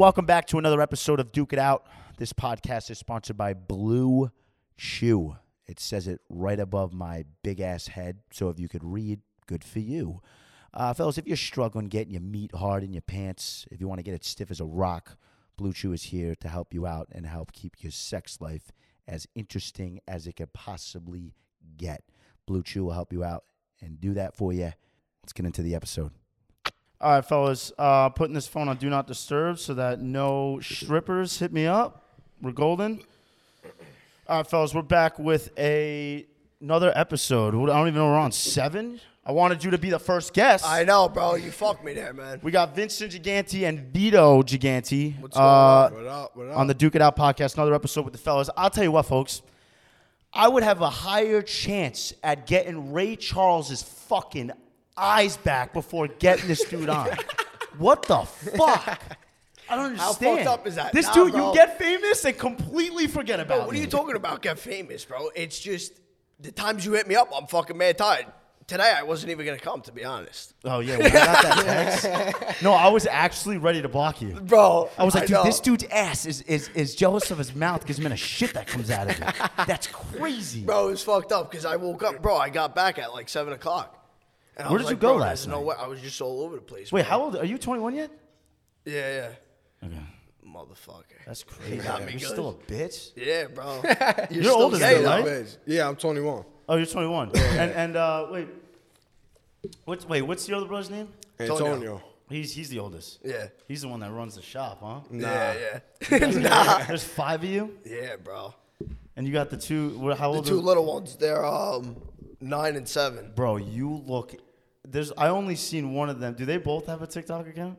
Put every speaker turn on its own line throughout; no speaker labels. Welcome back to another episode of Duke It Out. This podcast is sponsored by Blue Chew. It says it right above my big ass head. So if you could read, good for you. Uh, fellas, if you're struggling getting your meat hard in your pants, if you want to get it stiff as a rock, Blue Chew is here to help you out and help keep your sex life as interesting as it could possibly get. Blue Chew will help you out and do that for you. Let's get into the episode.
All right, fellas, uh, putting this phone on do not disturb so that no strippers hit me up. We're golden. All right, fellas, we're back with a another episode. I don't even know we're on seven. I wanted you to be the first guest.
I know, bro. You fucked me there, man.
we got Vincent Giganti and Vito Giganti
What's
uh,
going on? What up? What up?
on the Duke It Out podcast. Another episode with the fellas. I'll tell you what, folks. I would have a higher chance at getting Ray Charles's fucking eyes back before getting this dude on. what the fuck? I don't
How fucked
understand.
up is that?
This
Nah,
dude,
bro.
you get famous and completely forget about
what are
me.
you talking about? Get famous, bro. It's just the times you hit me up, I'm fucking mad tired. Today, I wasn't even gonna come, to be honest,
oh yeah, when I got that text. no, I was actually ready to block you.
bro.
I was like, dude,
know.
this dude's ass is, is, is jealous of his mouth because amount of shit that comes out of it. That's crazy.
bro, it was fucked up because I woke up, bro. I got back at like seven o'clock. And I
Where
was
did you
like,
go
bro,
last
there's No
night?
way. I was just all over the place.
Wait,
bro.
how old are you? Twenty one yet?
Yeah, yeah.
Okay.
Motherfucker.
That's crazy.
got
You're
me good.
still a bitch.
Yeah, bro. You're,
You're
still
older than
gay,
me,
though.
right?
Bitch. Yeah, I'm 21.
Oh, you're 21. and and uh, wait, what's wait? What's the other brother's name?
Antonio.
Antonio.
He's he's the oldest.
Yeah.
He's the one that runs the shop, huh?
Yeah, yeah. nah.
There's five of you,
Yeah, bro.
and you got the two. What, how
The
old?
two
are,
little ones, they're um nine and seven.
bro, you look. There's. I only seen one of them. Do they both have a TikTok account?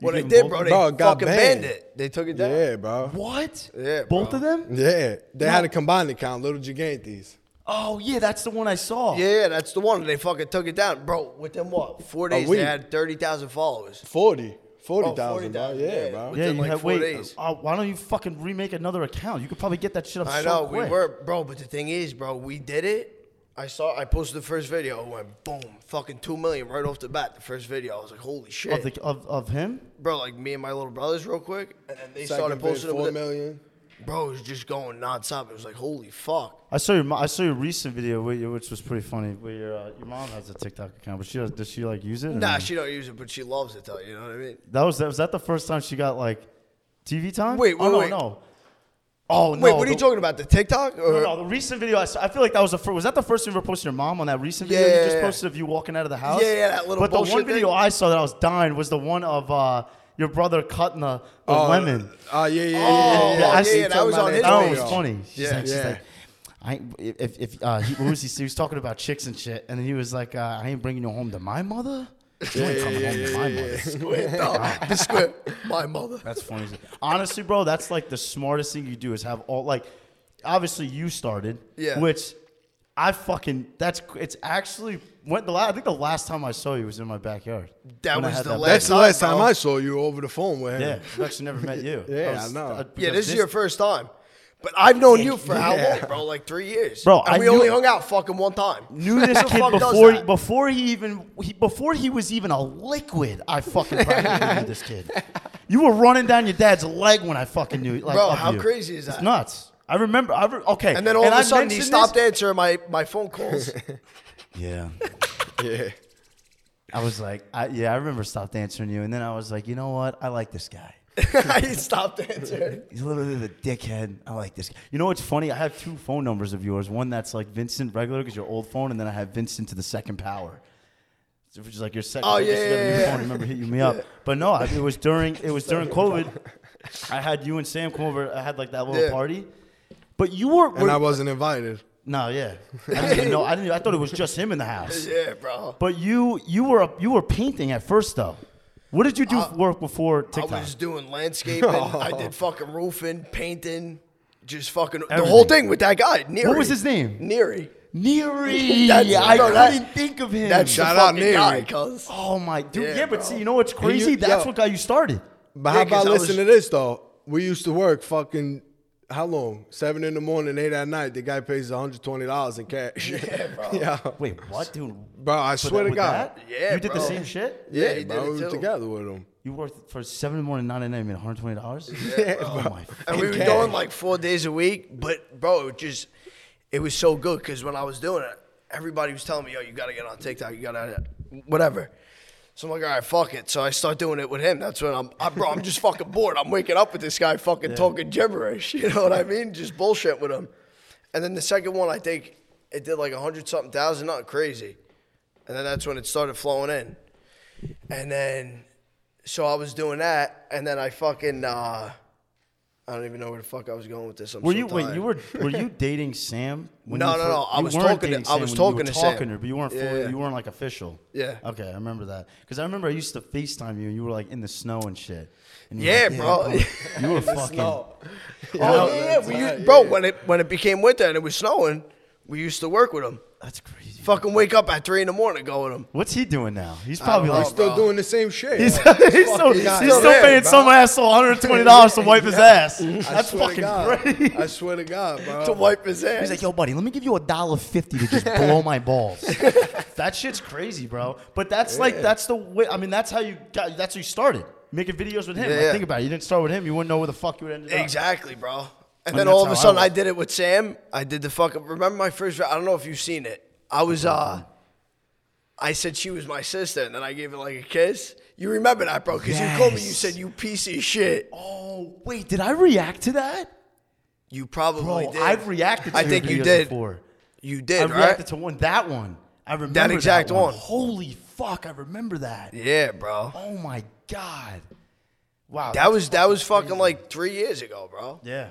You
What they
give
did,
both-
bro, they
Bro, it got
fucking
banned.
banned it. They took it down.
Yeah, bro.
What?
Yeah,
Both
bro.
of them?
Yeah. They had a combined account, Little Gigantes.
Oh yeah, that's the one I saw.
Yeah, yeah, that's the one. They fucking took it down, bro. Within what four days,
week.
they had thirty thousand followers.
40. 40,000, bro.
40,000, Oh,
Yeah,
yeah.
bro.
Yeah,
Within,
you
like,
have,
four
wait.
days.
uh, why don't you fucking remake another account? You could probably get that shit up.
I
so
know
quick.
we were, bro. But the thing is, bro, we did it. I saw. I posted the first video. It went boom, fucking two million right off the bat. The first video, I was like, holy shit,
of, the, of of him.
bro. Like me and my little brothers, real quick, and then they started
Second bid,
posting it.
4
with it.
million.
Bro, it was just going nonstop. It was like, holy fuck.
I saw your mo- I saw your recent video, where you- which was pretty funny. Where your uh, your mom has a TikTok account, but she does, does she like use it? or
Nah,
no?
she don't use it, but she loves it though. You know what I mean?
that was that was that the first time she got like TV time.
Wait,
oh,
wait,
no,
wait.
no. Oh no!
Wait, what are you
the-
talking about? The TikTok? Or?
No, no, the recent video. I, saw, I feel like that was the first. Was that the first you ever posted your mom on that recent video
Yeah,
you just
yeah, yeah.
posted of you walking out of the house?
Yeah, yeah, that little
But the one
bullshit thing.
video I saw that I was dying was the one of uh, your brother cutting the, the
Oh,
lemon.
Oh, yeah, yeah, yeah.
Oh,
yeah,
yeah,
yeah,
that
You
was
on
talking about
his
Antonio.
That was funny. She's
Yeah.
like, she's
Yeah.
like, I ain't- if if uh, he, what was he, he was talking about chicks and shit, and then he was like, uh, I ain't bringing you home to my mother. You ain't coming home to my mother.
Squid, dog. the squid. My mother.
That's funny. as- Honestly, bro, that's like the smartest thing you do is have all like. Obviously, you started.
Yeah.
Which I fucking that's it's actually when the la- I think the last time I saw you was in my backyard.
That
When I
was
had
the
back-
That's the last time
bro.
I saw you over the phone with him.
Yeah, I've actually never met you. uh,
Yeah, I know. Yeah,
Yeah,
because
this, is your first time. But I've known you for how long, bro? Like three years.
Bro,
and
I
we
knew-
only hung out fucking one time.
knew this
Who the
kid
fuck does
before
that?
before he even he, before he was even a liquid. I fucking probably knew this kid. You were running down your dad's leg when I fucking knew. Like,
Bro,
of
how
you.
crazy is
It's
that?
nuts. I remember. I re- okay.
And then all of
I
a sudden, he
mentioned
stopped
this-
answering my, my phone calls.
Yeah.
Yeah.
I was like, I, yeah, I remember stopped answering you, and then I was like, you know what? I like this guy.
he stopped answering.
He's a little bit of a dickhead. I like this. guy. You know what's funny? I have two phone numbers of yours. One that's like Vincent regular because your old phone, and then I have Vincent to the second power, So, which is like your second.
Oh,
you just
yeah,
got a new
yeah, yeah.
Phone, remember hitting me up? But no, I, it was during it was during COVID. I had you and Sam come over. I had like that little
Yeah.
party. But you were,
And I wasn't invited.
no, yeah. I didn't even know. I didn't. I thought it was just him in the house.
Yeah, bro.
But you you were you were painting at first though. What did you do for work before TikTok?
Uh, I was doing landscaping. I did fucking roofing, painting, just fucking the
Everything.
whole thing with that guy. Neary.
What was his name?
Neary.
Neary.
That's-
I
bro, that-
couldn't think of him.
That's
Shout
the
out
fucking guy,
Neary.
cuz.
oh my dude. Yeah,
Yeah,
but
bro.
see, you know what's crazy?
you-
That's
yo.
what got you started.
But
Yeah,
how
'cause
about
I was-
listen to this, though? We used to work fucking, how long? 7 in the morning, 8 at night. The guy pays $120 in cash. Yeah, bro.
Wait, what, dude?
Bro, I
For that-
swear to
with
God.
that?
Yeah,
you did the
bro.
same shit.
Yeah,
Yeah,
he did
bro.
it
We was
too.
together with him.
You worked for seven in the morning, nine at night, and made one hundred twenty dollars. oh my!
And we were going like four days a week, but bro, it just it was so good because when I was doing it, everybody was telling me, "Yo, you gotta get on TikTok, you gotta whatever." So I'm like, all right, fuck it. So I start doing it with him. That's when I'm, I, bro, I'm just fucking bored. I'm waking up with this guy fucking talking gibberish. You know what I mean? Just bullshit with him. And then the second one, I think it did like a hundred something thousand, not crazy. And then that's when it started flowing in. And then, so I was doing that, and then I fucking, uh, I don't even know where the fuck I was going with this. I'm
Were
so
you wait?
tired.
You were were you dating Sam? When
No,
you
no,
fir-
no, I
you
was
weren't
talking to-
dating
I
Sam
was
when
talking
you were
to
talking
Sam.
her, but you weren't
Yeah,
fully,
yeah.
you weren't like official.
Yeah.
Okay, I remember that because I remember I used to Facetime you and you were like in the snow and shit. And you were
Yeah,
like,
bro.
You were fucking.
Oh yeah, yeah. We
Right,
used, bro, when it when it became winter and it was snowing, we used to work with him.
That's crazy.
Fucking wake up at three in the morning, go with him.
What's he doing now? He's probably
don't
like.
know,
Still
bro.
doing the same shit.
He's, he's still, he's
not
still
there,
paying
bro.
some asshole $120 to wipe his ass. That's
swear to
fucking
God.
crazy.
I swear to God, bro.
To wipe his ass.
Oh. He's like, yo, buddy, let me give you a dollar fifty to just blow my balls. that shit's crazy, bro. But that's like that's the way. I mean, that's how you got. That's how you started making videos with him.
Yeah,
Like,
yeah.
Think about it. You didn't start with him. You wouldn't know where the fuck you would end up.
Exactly, bro. And
And
then
that's
all of
how
a
I
sudden, I,
was.
did it with Sam. I did the fucking. Remember my first? I don't know if you've seen it. I was uh, I said she was my sister, and then I gave her like a kiss. You remember that, bro? Because you called me. You
Yes.
said you piece of shit.
Oh wait, did I react to that?
You probably
Bro,
Oh, did.
I've reacted. to
I
your
think you
videos
did.
Before.
You
I
did, right?
reacted to one. That one. I remember
exact one.
Holy fuck! I remember that.
yeah, bro.
Oh my god. Wow.
That was that was fucking like three years ago, bro.
yeah.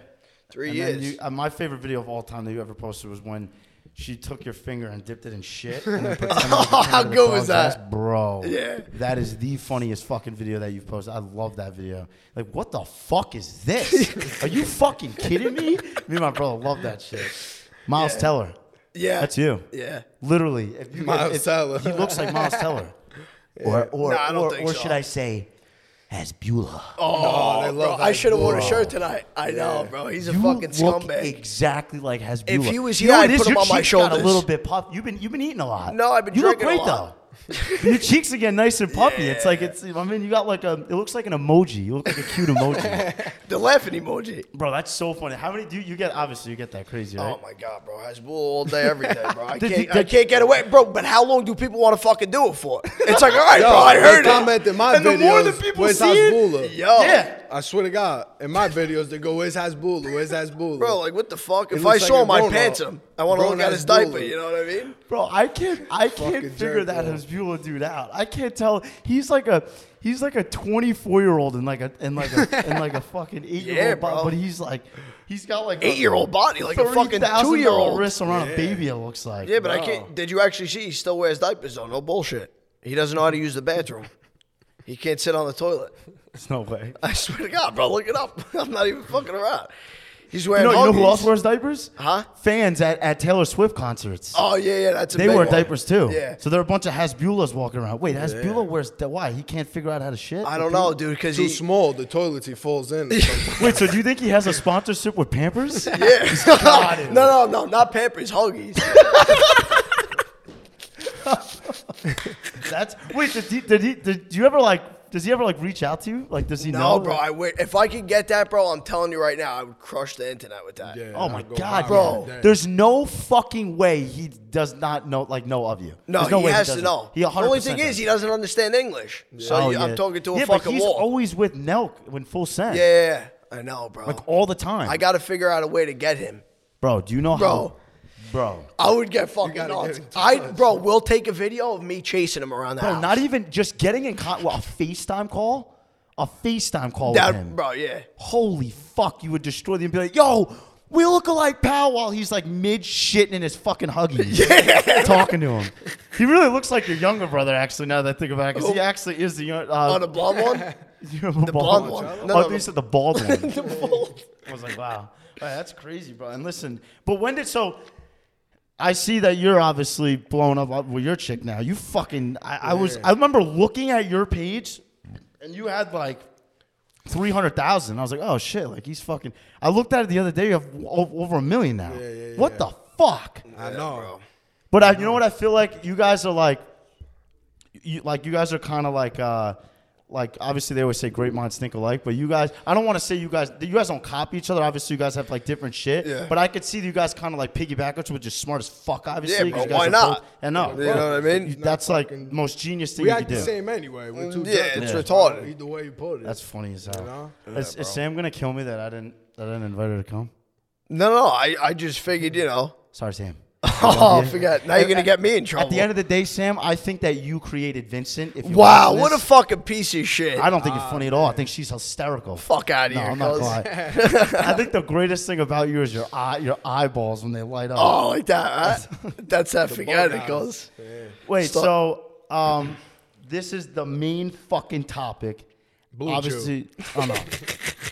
Three
And then
years.
you- uh, my favorite video of all time that you ever posted was when she took your finger and dipped it in shit. And then pretended it was
How
the hand of the
good was
dog's ass.
that?
bro?
Yeah.
that is the funniest fucking video that you've posted. I love that video. Like, what the fuck is this? Are you fucking kidding me? Me and my brother love that shit. Miles Teller,
yeah,
that's you.
Yeah.
Literally, if you,
Miles
if- if-
Teller.
he looks like Miles Teller. Or or
Nah, I don't
or,
think
or
so.
should I say, as Beulah?
Oh,
they
bro,
love
I
that
should have worn a
bro.
shirt tonight. I know, bro. He's a
You
fucking
look
scumbag.
Exactly like Hasbula.
If he was
You
here,
know what
I'd
it is?
put him
Your
on
cheeks
my
got
shoulders.
a little bit puff. You've been you've been eating a lot.
No, I've been
You
drinking a
look great
lot.
though. Your cheeks are getting nice and puffy. It's like it's. I mean, you got like a. It looks like an emoji. You look like a cute emoji,
the laughing emoji.
bro. That's so funny. How many do you, you get? Obviously, you get that crazy, right?
Oh my god, bro! Hasbulla all day, every day, bro. I
Did
can't,
you-
I can't get away, bro. But how long do people want to fucking do it for? It's like, all right, bro. I
they
heard it.
commented my
and the more the
videos,
people
"Where's
see
Hasbulla?"
it, yo,
yeah.
I swear to God, in my videos they go, "Where's Hasbulla? Where's Hasbulla?"
bro, like what the fuck?
It
If I
looks like
saw
a
him, I
grown-up.
pants him. I want to look at his
Grown-ass
diaper.
bully.
You know what I mean?
Bro, I can't I can't
Fucking
figure
jerk,
that
bro.
Hasbula dude out. I can't tell. He's like a he's like a 24 year old and like a and like a and like a fucking eight year
Yeah,
old.
bro.
But he's like he's got like a
Eight-year-old body, like a fucking
$30,000
two-year-old.
wrist around a baby. It looks like.
Yeah, but I can't. Did you actually see? He still wears diapers though. No bullshit. He doesn't know how to use the bathroom. He can't sit on the toilet.
There's no way.
I swear to God, bro. Look it up. I'm not even fucking around. He's wearing.
No, you know who
Huggies.
else wears diapers?
Huh?
Fans at, at Taylor Swift concerts.
Oh yeah, yeah. That's a
they
big
wear
one.
diapers too.
Yeah.
So there are a bunch of Hasbulas walking around. Wait, Hasbula wears di- why? He can't figure out how to shit.
I don't know, dude, because
too
he.
small. The toilets he falls in.
Wait, so do you think he has a sponsorship with Pampers?
Yeah. no, no, no, not Pampers, Huggies.
That's wait. Did he, did he? Did do you ever like? Does he ever like reach out to you? Like, does he
no,
know?
bro. I would, if I could get that, bro, I'm telling you right now, I would crush the internet with that.
Yeah,
Oh
I
my
go
god,
viral
bro!
with that.
There's no fucking way he does not know, like, know of you.
No,
There's no
he
way
has to
doesn't.
know.
He
the
100
only thing is, he doesn't understand English. So you- I'm talking to a
Oh, yeah,
fucking
but he's
wall.
always with Nelk when full send.
yeah, yeah, yeah. I know, bro.
like all the time.
I got to figure out a way to get him.
bro. Do you know
Bro.
how? Bro,
I would get fucking
gotta
nuts.
get him to
I,
touch.
bro, we'll take a video of me chasing him around the
bro,
house.
not even just getting in con- well, a FaceTime call, a FaceTime call with him.
that, bro. Yeah.
holy fuck, you would destroy them and be like, yo, we look alike, pal, while he's like mid shitting in his fucking huggies. Talking to him. He really looks like your younger brother, actually, now that I think about it, because he actually is the young, uh,
Oh. On the blonde one.
the
blonde one.
Oh,
No, no,
I thought
no.
you said the bald one.
The bald-
I was like, wow. All right, that's crazy, bro. And listen, but when did so? I see that you're obviously blown up with your chick now. You fucking. I, I was. I remember looking at your page, and you had like three hundred thousand. I was like, oh shit, like he's fucking. I looked at it the other day. You have o- over a million now.
yeah,
what
yeah.
the fuck?
I know.
But I, you know what I feel like? You guys are like, you like you guys are kind of like, uh, like obviously they always say great minds think alike, but you guys, I don't want to say you guys, you guys don't copy each other. Obviously, you guys have like different shit.
Yeah.
But I could see that you guys kind of like piggyback, which which is smart as fuck,
Yeah,
obviously. 'cause
bro,
you guys
why
are
not?
Both, and no,
You know what I mean?
You- That's like most genius thing
We
you could
act
do.
the same anyway. We're two
Yeah,
judges.
it's retarded.
Either way you put it.
That's funny as hell.
know?
is, is Sam gonna kill me that I didn't that I didn't invite her to come?
No, no, I, I just figured, you know.
Sorry, Sam.
Oh, I forgot. Now you're gonna get me in trouble.
At the end of the day, Sam, I think that you created Vincent. If you're
wow,
watching
what a
this.
fucking piece of shit.
I don't think it's funny at all. I think she's hysterical.
fuck out of
No,
here.
I'm not
cuz.
gonna lie. I think the greatest thing about you is your eye, your eyeballs when they light up.
Oh, like that. Huh? That's that forget it,
eyes.
cuz.
Wait,
stop.
so um, this is the main fucking topic.
Blue
Obviously, oh no.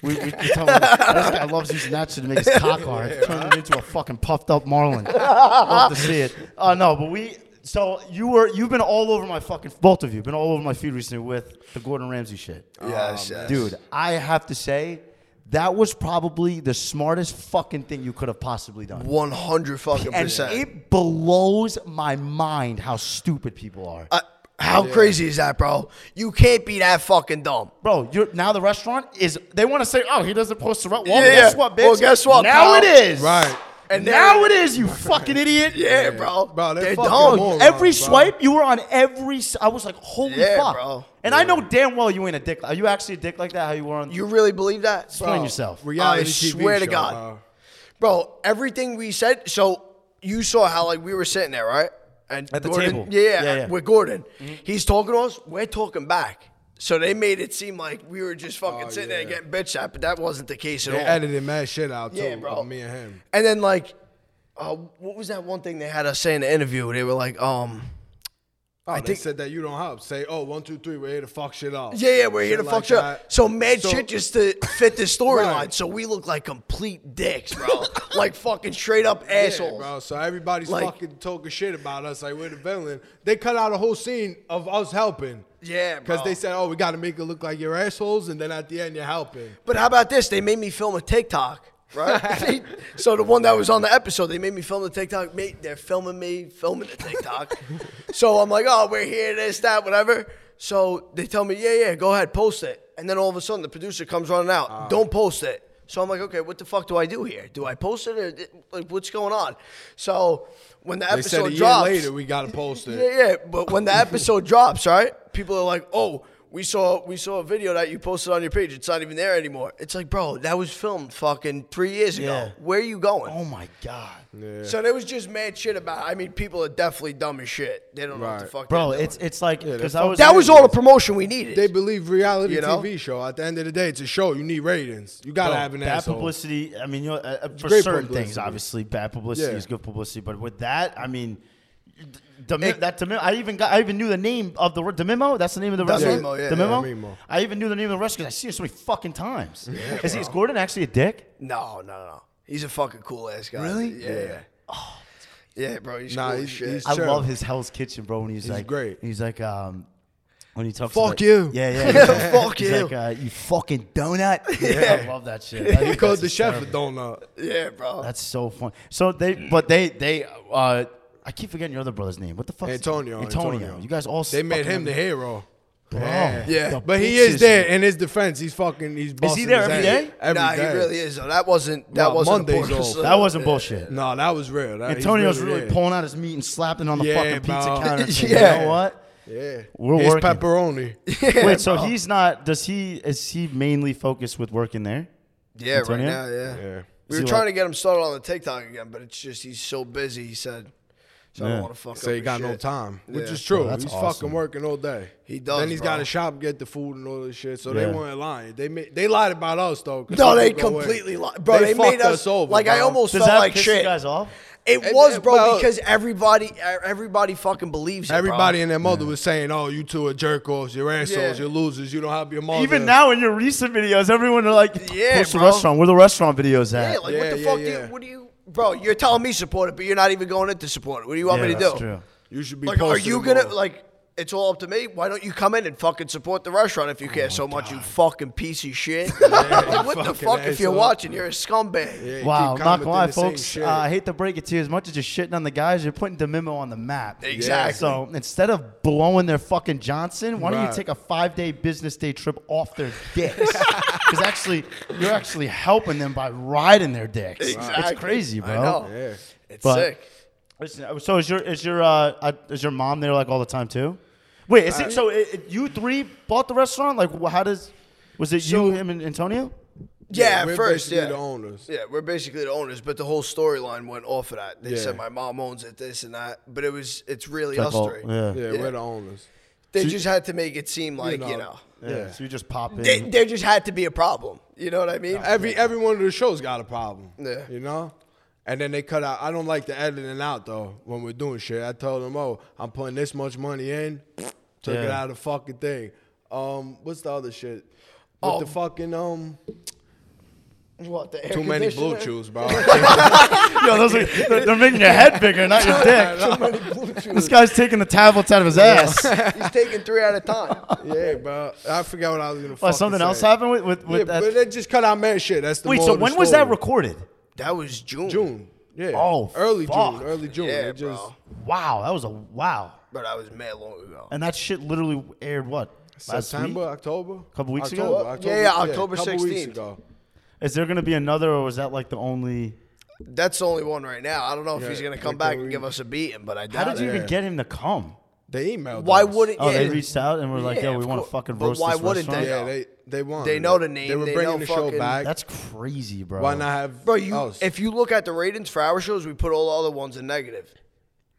We, we, you tell me, this guy loves using that shit to make his cock hard. It turned him into a fucking puffed up marlin. Love to see it. Oh no, but we. So you were you've been all over my fucking both of you been all over my feed recently with the Gordon Ramsay shit.
Oh, Yes, yes.
Dude, I have to say, that was probably the smartest fucking thing you could have possibly done.
100 fucking
And
percent.
it blows my mind how stupid people are.
Uh, how crazy is that, bro? You can't be that fucking dumb.
Bro, you're, now the restaurant is, they want to say, oh, he doesn't post the restaurant. Well,
Yeah,
guess
yeah.
what, bitch?
Well, guess what,
Now
pal?
it is.
Right.
And
And
now
now-
it is, you fucking idiot.
Yeah, bro.
Bro, they're
They're
fucking
dumb.
morons.
Every
bro.
swipe, you were on every. s- I was like, holy
Yeah,
fuck.
bro.
And I know damn well you ain't a dick. Are you actually a dick like that? How you were on?
You really believe that?
Explain yourself.
Reality
I
TV
swear to
show,
God.
bro.
Bro, everything we said. So you saw how like we were sitting there, right? And
At the
Gordon-
table.
Yeah, yeah,
Yeah, yeah.
with Gordon, he's talking to us. We're talking back. So they made it seem like we were just fucking
Oh,
sitting
yeah.
there getting bitched at, but that wasn't the case at
They
all.
edited mad shit out too.
Yeah, bro.
of Me and him.
And then like, uh, what was that one thing they had us say in the interview? They were like, um,
Oh,
I
they
think-
said that you don't help. Say, oh, one, two, three, we're here to fuck shit up.
yeah, yeah, we're here to
Shit
fuck
like
shit
that.
up. So mad
So-
shit just to fit the storyline.
Right.
So we look like complete dicks, bro. like fucking straight up
Yeah,
assholes.
bro. So everybody's
Like-
fucking talking shit about us. Like we're the villain. They cut out a whole scene of us helping.
Yeah,
Because
bro.
they said, oh, we got to make it look like you're assholes, and then at the end you're helping.
But how about this? They made me film a TikTok, right? so the one that was on the episode, they made me film the TikTok. Mate, they're filming me filming the TikTok. so I'm like, oh, we're here, this, that, whatever. So they tell me, yeah, yeah, go ahead, post it. And then all of a sudden, the producer comes running out.
Ah.
Don't post it. So I'm like, okay, what the fuck do I do here? Do I post it or like what's going on? So when the
They said a
episode
year
drops,
later we got to post it.
yeah, yeah. But when the episode drops, right? People are like, "Oh, we saw we saw a video that you posted on your page. It's not even there anymore." It's like, bro, that was filmed fucking three years ago.
Yeah.
Where are you going?
oh my God.
So there was just mad shit about. I mean, people are definitely dumb as shit. They don't know what the
Right.
fuck.
Bro,
they're doing.
it's it's like, because I
fuck-
was.
that was all the promotion we needed.
They believe reality
You know?
TV show. At the end of the day, it's a show. You need ratings. You got to
Bro,
have an
bad
asshole.
publicity. I mean, you know, uh, uh, for
great
certain things,
publicity.
obviously, bad publicity
Yeah.
is good publicity. But with that, I mean, the that Demimo, I even got, I even knew the name of the the memo. That's the name of the restaurant.
Mimo, yeah,
the memo.
yeah, Mimo.
I even knew the name of the restaurant. 'cause I see it so many fucking times. is, he, is Gordon actually a dick?
no, no, no. He's a fucking cool ass guy.
Really?
Yeah. yeah. Yeah, bro, he's
Nah,
cool
he's-
as shit.
he's-
I
Sure.
love his Hell's Kitchen, bro. When he's, like,
great.
He's like, um, when he talks.
Fuck
about-
you.
Yeah, yeah. he's like-
Fuck
he's
you.
Like, uh, you fucking donut. I love that shit. I
He
think
called
that's
the chef a
hysterical.
donut.
yeah, bro.
That's so funny. So they, but they, they, uh, I keep forgetting your other brother's name. What the fuck?
Antonio,
Antonio.
Antonio.
You guys all.
They made
fucking-
him the hero.
Bro,
Yeah,
the
But he
bitches-
is there in his defense. He's fucking. He's busting
there
his
every
ass
day?
Every
nah,
day.
he really is. Though. That wasn't that
Nah,
wasn't a
Monday's
pork
off.
salad.
That wasn't bullshit.
No, that was real. That, he's
Antonio's
really,
really
there.
pulling out his meat and slapping it on the
Yeah,
fucking pizza
bro.
counter. and saying,
Yeah.
You know what?
Yeah,
We're
Here's
working.
pepperoni.
Wait, so he's not? Does he? Is he mainly focused with working there?
Yeah,
Antonio?
right now, yeah.
Yeah.
We
Is
were
he
trying
like-
to get him started on the TikTok again, but it's just he's so busy. He said, "So I
Yeah.
don't want to fuck
So
up."
he
his
got no
shit.
time, which
Yeah.
is true.
Oh, that's
he's
awesome.
fucking working all day.
He does,
Then he's
bro.
got a shop, get the food and all this shit. So
Yeah.
they weren't lying. They ma- they lied about us though. 'cause
No,
we
they
took away.
completely lied, bro. They, made
fucked
us,
over.
like I
bro.
almost
Does
felt
that
like
piss
shit.
you guys off?
It
It-
was,
it-
bro,
well-
because everybody, e-, everybody fucking believes it, bro.
Everybody and their mother was saying, "Oh, you two are jerk offs. You're
Yeah.
assholes. You're losers. You don't help your mother."
Even now in your recent videos, everyone are like,
Yeah,
"Where's the
bro.
restaurant? Where the restaurant videos at?"
Yeah, like
Yeah,
what the
yeah,
fuck? Do
yeah.
you, what do you, bro? You're telling me support it, but you're not even going in to support it. What do you want
Yeah,
me to
that's
do?
true.
you should be.
Like, are
posting
you
them
gonna
all.
like? it's all up to me. Why don't you come in and fucking support the restaurant
Oh
if you care so much, you fucking piece of shit? Like, what the
fucking
fuck? If you're
asshole.
watching, you're a scumbag.
Yeah, you
Wow,
keep
not gonna
commenting
lie,
the same
folks.
shit.
Uh, I hate to break it to you. As much as you're shitting on the guys, you're putting DeMimo on the map.
Exactly.
So instead of blowing their fucking Johnson, why don't you
Right.
take a five day business day trip off their dicks? Because actually, you're actually helping them by riding their dicks.
Exactly.
It's crazy, bro.
I know.
yeah.
It's
But-
sick.
Listen, so is your is your uh, uh, is your mom there like all the time too? Wait, is
Uh,
it so? It, it- you three bought the restaurant? Like, wh- how does was it you, him, and Antonio?
Yeah,
we're
at first,
basically
yeah.
the owners.
Yeah, we're basically the owners, but the whole storyline went off of that. They
Yeah.
said my mom owns it, this and that, but it was it's really
Like,
us
all-
three.
yeah.
Yeah,
Yeah.
we're the owners.
They just had to make it seem like you know,
yeah, So you just pop in.
they, there just had to be a problem. You know what I mean?
Every every one of the shows got a problem.
Yeah.
You know? And then they cut out. I don't like the editing out though when we're doing shit. I told them, oh, I'm putting this much money in, took it
Yeah.
out of the fucking thing. Um, what's the other shit? With the fucking um
What, the Oh. air
too many blue
conditioner?
chews, bro.
Yo, those are, they're, they're making your head bigger, not your dick.
Too many
Blue chew.
This guy's taking the tablets out of his ass.
He's taking three at a time.
yeah, bro. I forgot what I was gonna.
Why,
fucking
something
say.
else happened with, with,
Yeah,
with
but
that?
they just cut out man shit. That's the
Wait,
moral
so
of the
when was that
story.
recorded?
That was June.
June. Yeah.
Oh,
early
fuck.
June. Early June.
Yeah,
They just,
bro.
Wow, that was a wow.
But I was mad long ago.
And that shit literally aired what? Last week?
September, October,
Couple weeks ago?
October, October,
Yeah, yeah, October
couple weeks
16th.
ago.
Is there going to be another, or was that like the only?
That's the only one right now. I don't know if
Yeah,
he's gonna
like
come back
the
and give us a beating, but I doubt
How did you
it.
even get him to come?
They emailed.
Why
us.
wouldn't?
Oh,
yeah,
they reached out and were like,
Yeah,
"Yo, we
of
want to
cour-
fucking
but
roast
why
this
wouldn't they?
restaurant."
Yeah, they they won.
They know the name,
They were
they
bringing
know
the show
fucking-
back.
That's crazy, bro.
Why not have
Bro, you
us?
if you look at the ratings for our shows, we put all the other ones in negative.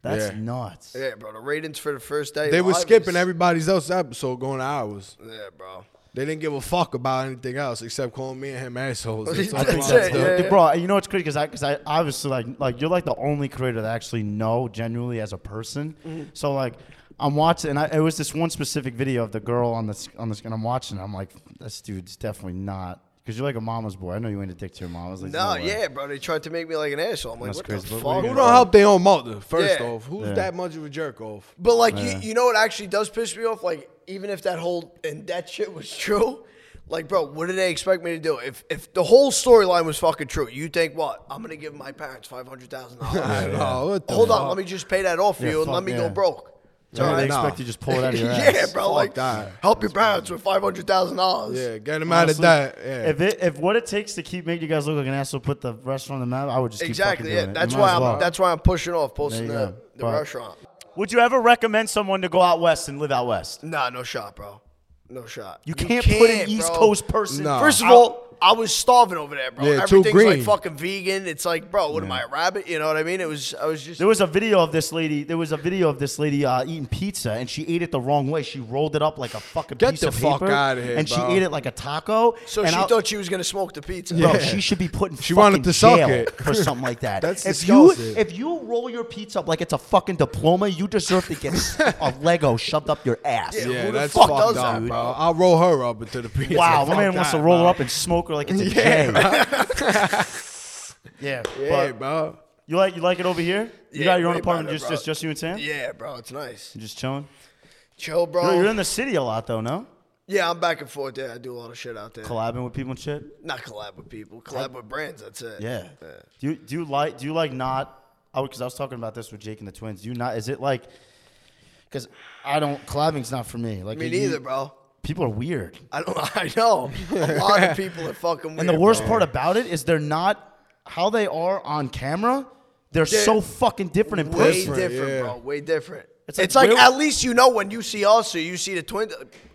That's
Yeah.
nuts.
Yeah, bro. The ratings for the first day.
they were
live is-
skipping everybody's else episode going to ours.
Yeah, bro.
They didn't give a fuck about anything else except calling me and him assholes. That's all
That's
they
it,
wanted to
yeah.
do.
Dude, Bro, you know what's crazy? Because I, because I obviously like, like you're like the only creator that I actually know genuinely as a person.
Mm-hmm.
So like, I'm watching, and I, it was this one specific video of the girl on this, on this, and I'm watching. And I'm like, this dude's definitely not. Because you're like a mama's boy. I know you ain't a dick to your mom. I was like,
No,
way.
yeah, bro. They tried to make me like an asshole. I'm like,
That's
what
crazy,
the
but we
fuck?
Who don't help their own mother? First
Yeah.
off, who's
Yeah.
that much of a jerk off?
But like, you, you know what actually does piss me off? Like, even if that whole and that shit was true, like, bro, what did they expect me to do? If if the whole storyline was fucking true, you think what? I'm gonna give my parents five hundred thousand
I
dollars.
know, what the
Hold on,
fuck?
let me just pay that off for
Yeah,
you and
fuck
let me
yeah.
go broke. It's
Yeah,
all
they
right.
Nah.
expect you to just pull it out of your ass.
yeah, bro.
Fuck
like,
that.
help your parents with five hundred thousand dollars.
Yeah, get him out
Honestly,
of that. Yeah.
If it, if what it takes to keep making you guys look like an asshole, put the restaurant on the map. I would just
Exactly.
Keep fucking doing
Yeah.
it.
That's
You might
why
as
I'm.
well.
That's why I'm pushing off posting
There you
the,
go.
the
But-
restaurant.
Would you ever recommend someone to go out west and live out west?
Nah, no shot, bro. No shot.
You can't, put an East
bro.
Coast person.
No.
First of all, I was starving over there, bro.
Yeah, too
Everything's like
green.
fucking vegan. It's like, bro, what am I, a rabbit? You know what I mean? It was. I was just.
There was a video of this lady. There was a video of this lady uh, eating pizza, and she ate it the wrong way. She rolled it up like a fucking
Get
piece
the
of
fuck
paper,
outta here,
and she
bro.
ate it like a taco.
So
and
she
I'll-
thought she was gonna smoke the pizza.
Bro,
Yeah.
she should be put in
She
fucking
wanted to
jail
suck it.
for something like that.
That's
if you
disgusting.
if you roll your pizza up like it's a fucking diploma, you deserve to get s- a Lego shoved up your ass.
Yeah,
yeah,
who the
that's
fuck
fucked
does
up,
that,
bro. I'll roll her up into the pizza.
Wow, my
Fuck
man wants
that,
to roll
bro.
her up and smoke her like it's a
Yeah,
J.
bro.
Yeah,
yeah,
but
bro.
you like you like it over here? You
Yeah,
got your own
way
apartment,
better,
just,
bro.
just just you and Sam.
Yeah, bro. It's nice.
Just chilling.
Chill, bro.
You're- You're in the city a lot though, no?
yeah, I'm back and forth there. I do a lot of shit out there.
Collabing with people and shit.
Not collab with people. Collab with brands. That's it.
Yeah. Do you do you like do you like not? I because I was talking about this with Jake and the twins. Do you not? Is it like? Because I don't collabing's not for me. Like
Me
you-
neither, bro.
People are weird.
I don't. I know. A lot of people are fucking. Weird,
And the worst
bro.
part about it is they're not how they are on camera. They're, so fucking different in
Way
person.
different,
yeah.
bro. Way different.
It's
It's
like
like,
real-
at least you know when you see us or you see the twins.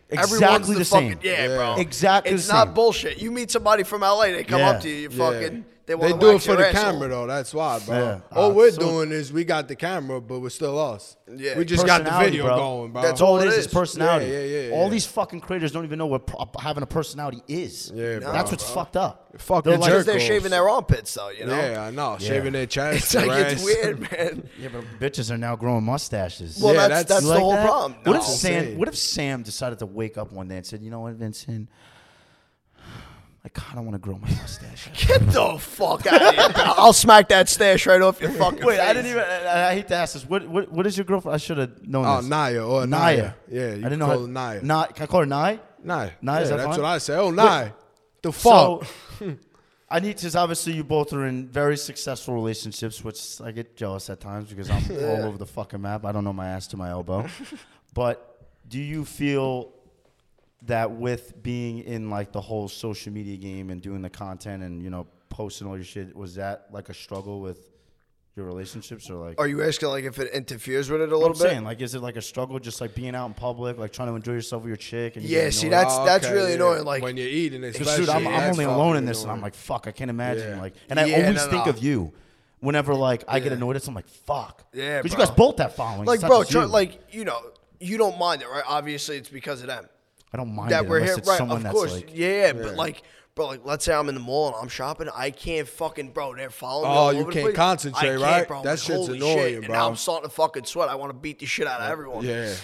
Exactly
Everyone's
the
the
same.
fucking, Yeah, bro.
Exactly the
It's not
same.
bullshit. You meet somebody from LA, they come
Yeah.
up to you, you fucking. They,
They
wanna
do it
wax
for
your
the
asshole.
camera though. That's why, bro.
Yeah.
All
Ah,
we're
so-
doing is we got the camera, but we're still us.
Yeah.
We just got the
Personality,
video
bro.
going, bro.
That's
That's all it is. Is
Yeah,
personality.
yeah, yeah,
All
yeah.
these fucking creators don't even know what pro- having a personality is.
Yeah, bro.
that's what's fucked up.
Fuck
They're
the
like,
Because
jerk.
they're shaving their armpits, though, you know?
Yeah, I know. Shaving their chest.
It's like,
their
it's
ass.
weird, man.
Yeah, but bitches are now growing mustaches.
Well,
Yeah,
that's,
that's-
that's
You
the
like
whole
that?
problem.
What
No.
if Sam?
Insane.
What if Sam decided to wake up one day and said, "You know what, Vincent?
I kind of want to grow my mustache.
Get the fuck out of here. pal. I'll smack that stash right off your fucking
Wait, I
face.
didn't even. I, I hate to ask this. What what, what is your girlfriend? I should have known
Oh,
this.
Naya or Naya. Yeah, you
I didn't know.
call
how-
her Naya. Naya.
Naya. Can I call her Naya? Naya,
yeah,
is that
that's
fine?
what I say. Oh, Naya. The
So, Oh,
fuck.
I need to. Obviously, you both are in very successful relationships, which I get jealous at times because I'm all over the fucking map. I don't know my ass to my elbow. but do you feel that with being in like the whole social media game and doing the content and you know posting all your shit, was that like a struggle with your relationships or like?
Are you asking like if it interferes with it a
I'm
little bit?
saying like, is it like a struggle just like being out in public, like trying to enjoy yourself with your chick? And you
Yeah,
get
see
annoyed?
that's
Oh,
that's
okay,
really
yeah.
annoying. Like
when you're eating, especially.
Dude, I'm, I'm
that's
only
fucking
alone in this, and I'm
annoying.
like, fuck, I can't imagine.
Yeah.
Like, and I
Yeah,
always
no,
think
no.
of you whenever like I get annoyed at something. I'm like, fuck,
Yeah,
because you
bro.
guys both have following.
like
it's not
bro,
just
try,
you.
like you know, you don't mind it, right? Obviously, it's because of them
I don't mind
that
it
we're
unless
here,
it's
right?
someone
Of
that's
course,
like,
yeah, But like, bro, like let's say I'm in the mall and I'm shopping, I can't fucking, bro. They're following. me
Oh,
all
you
over the
can't
place. I
concentrate,
can't,
right?
Bro, I'm
That
like,
shit's
holy
annoying,
shit. And
bro.
now I'm starting to fucking sweat. I want to beat the shit out of everyone.
Yeah. It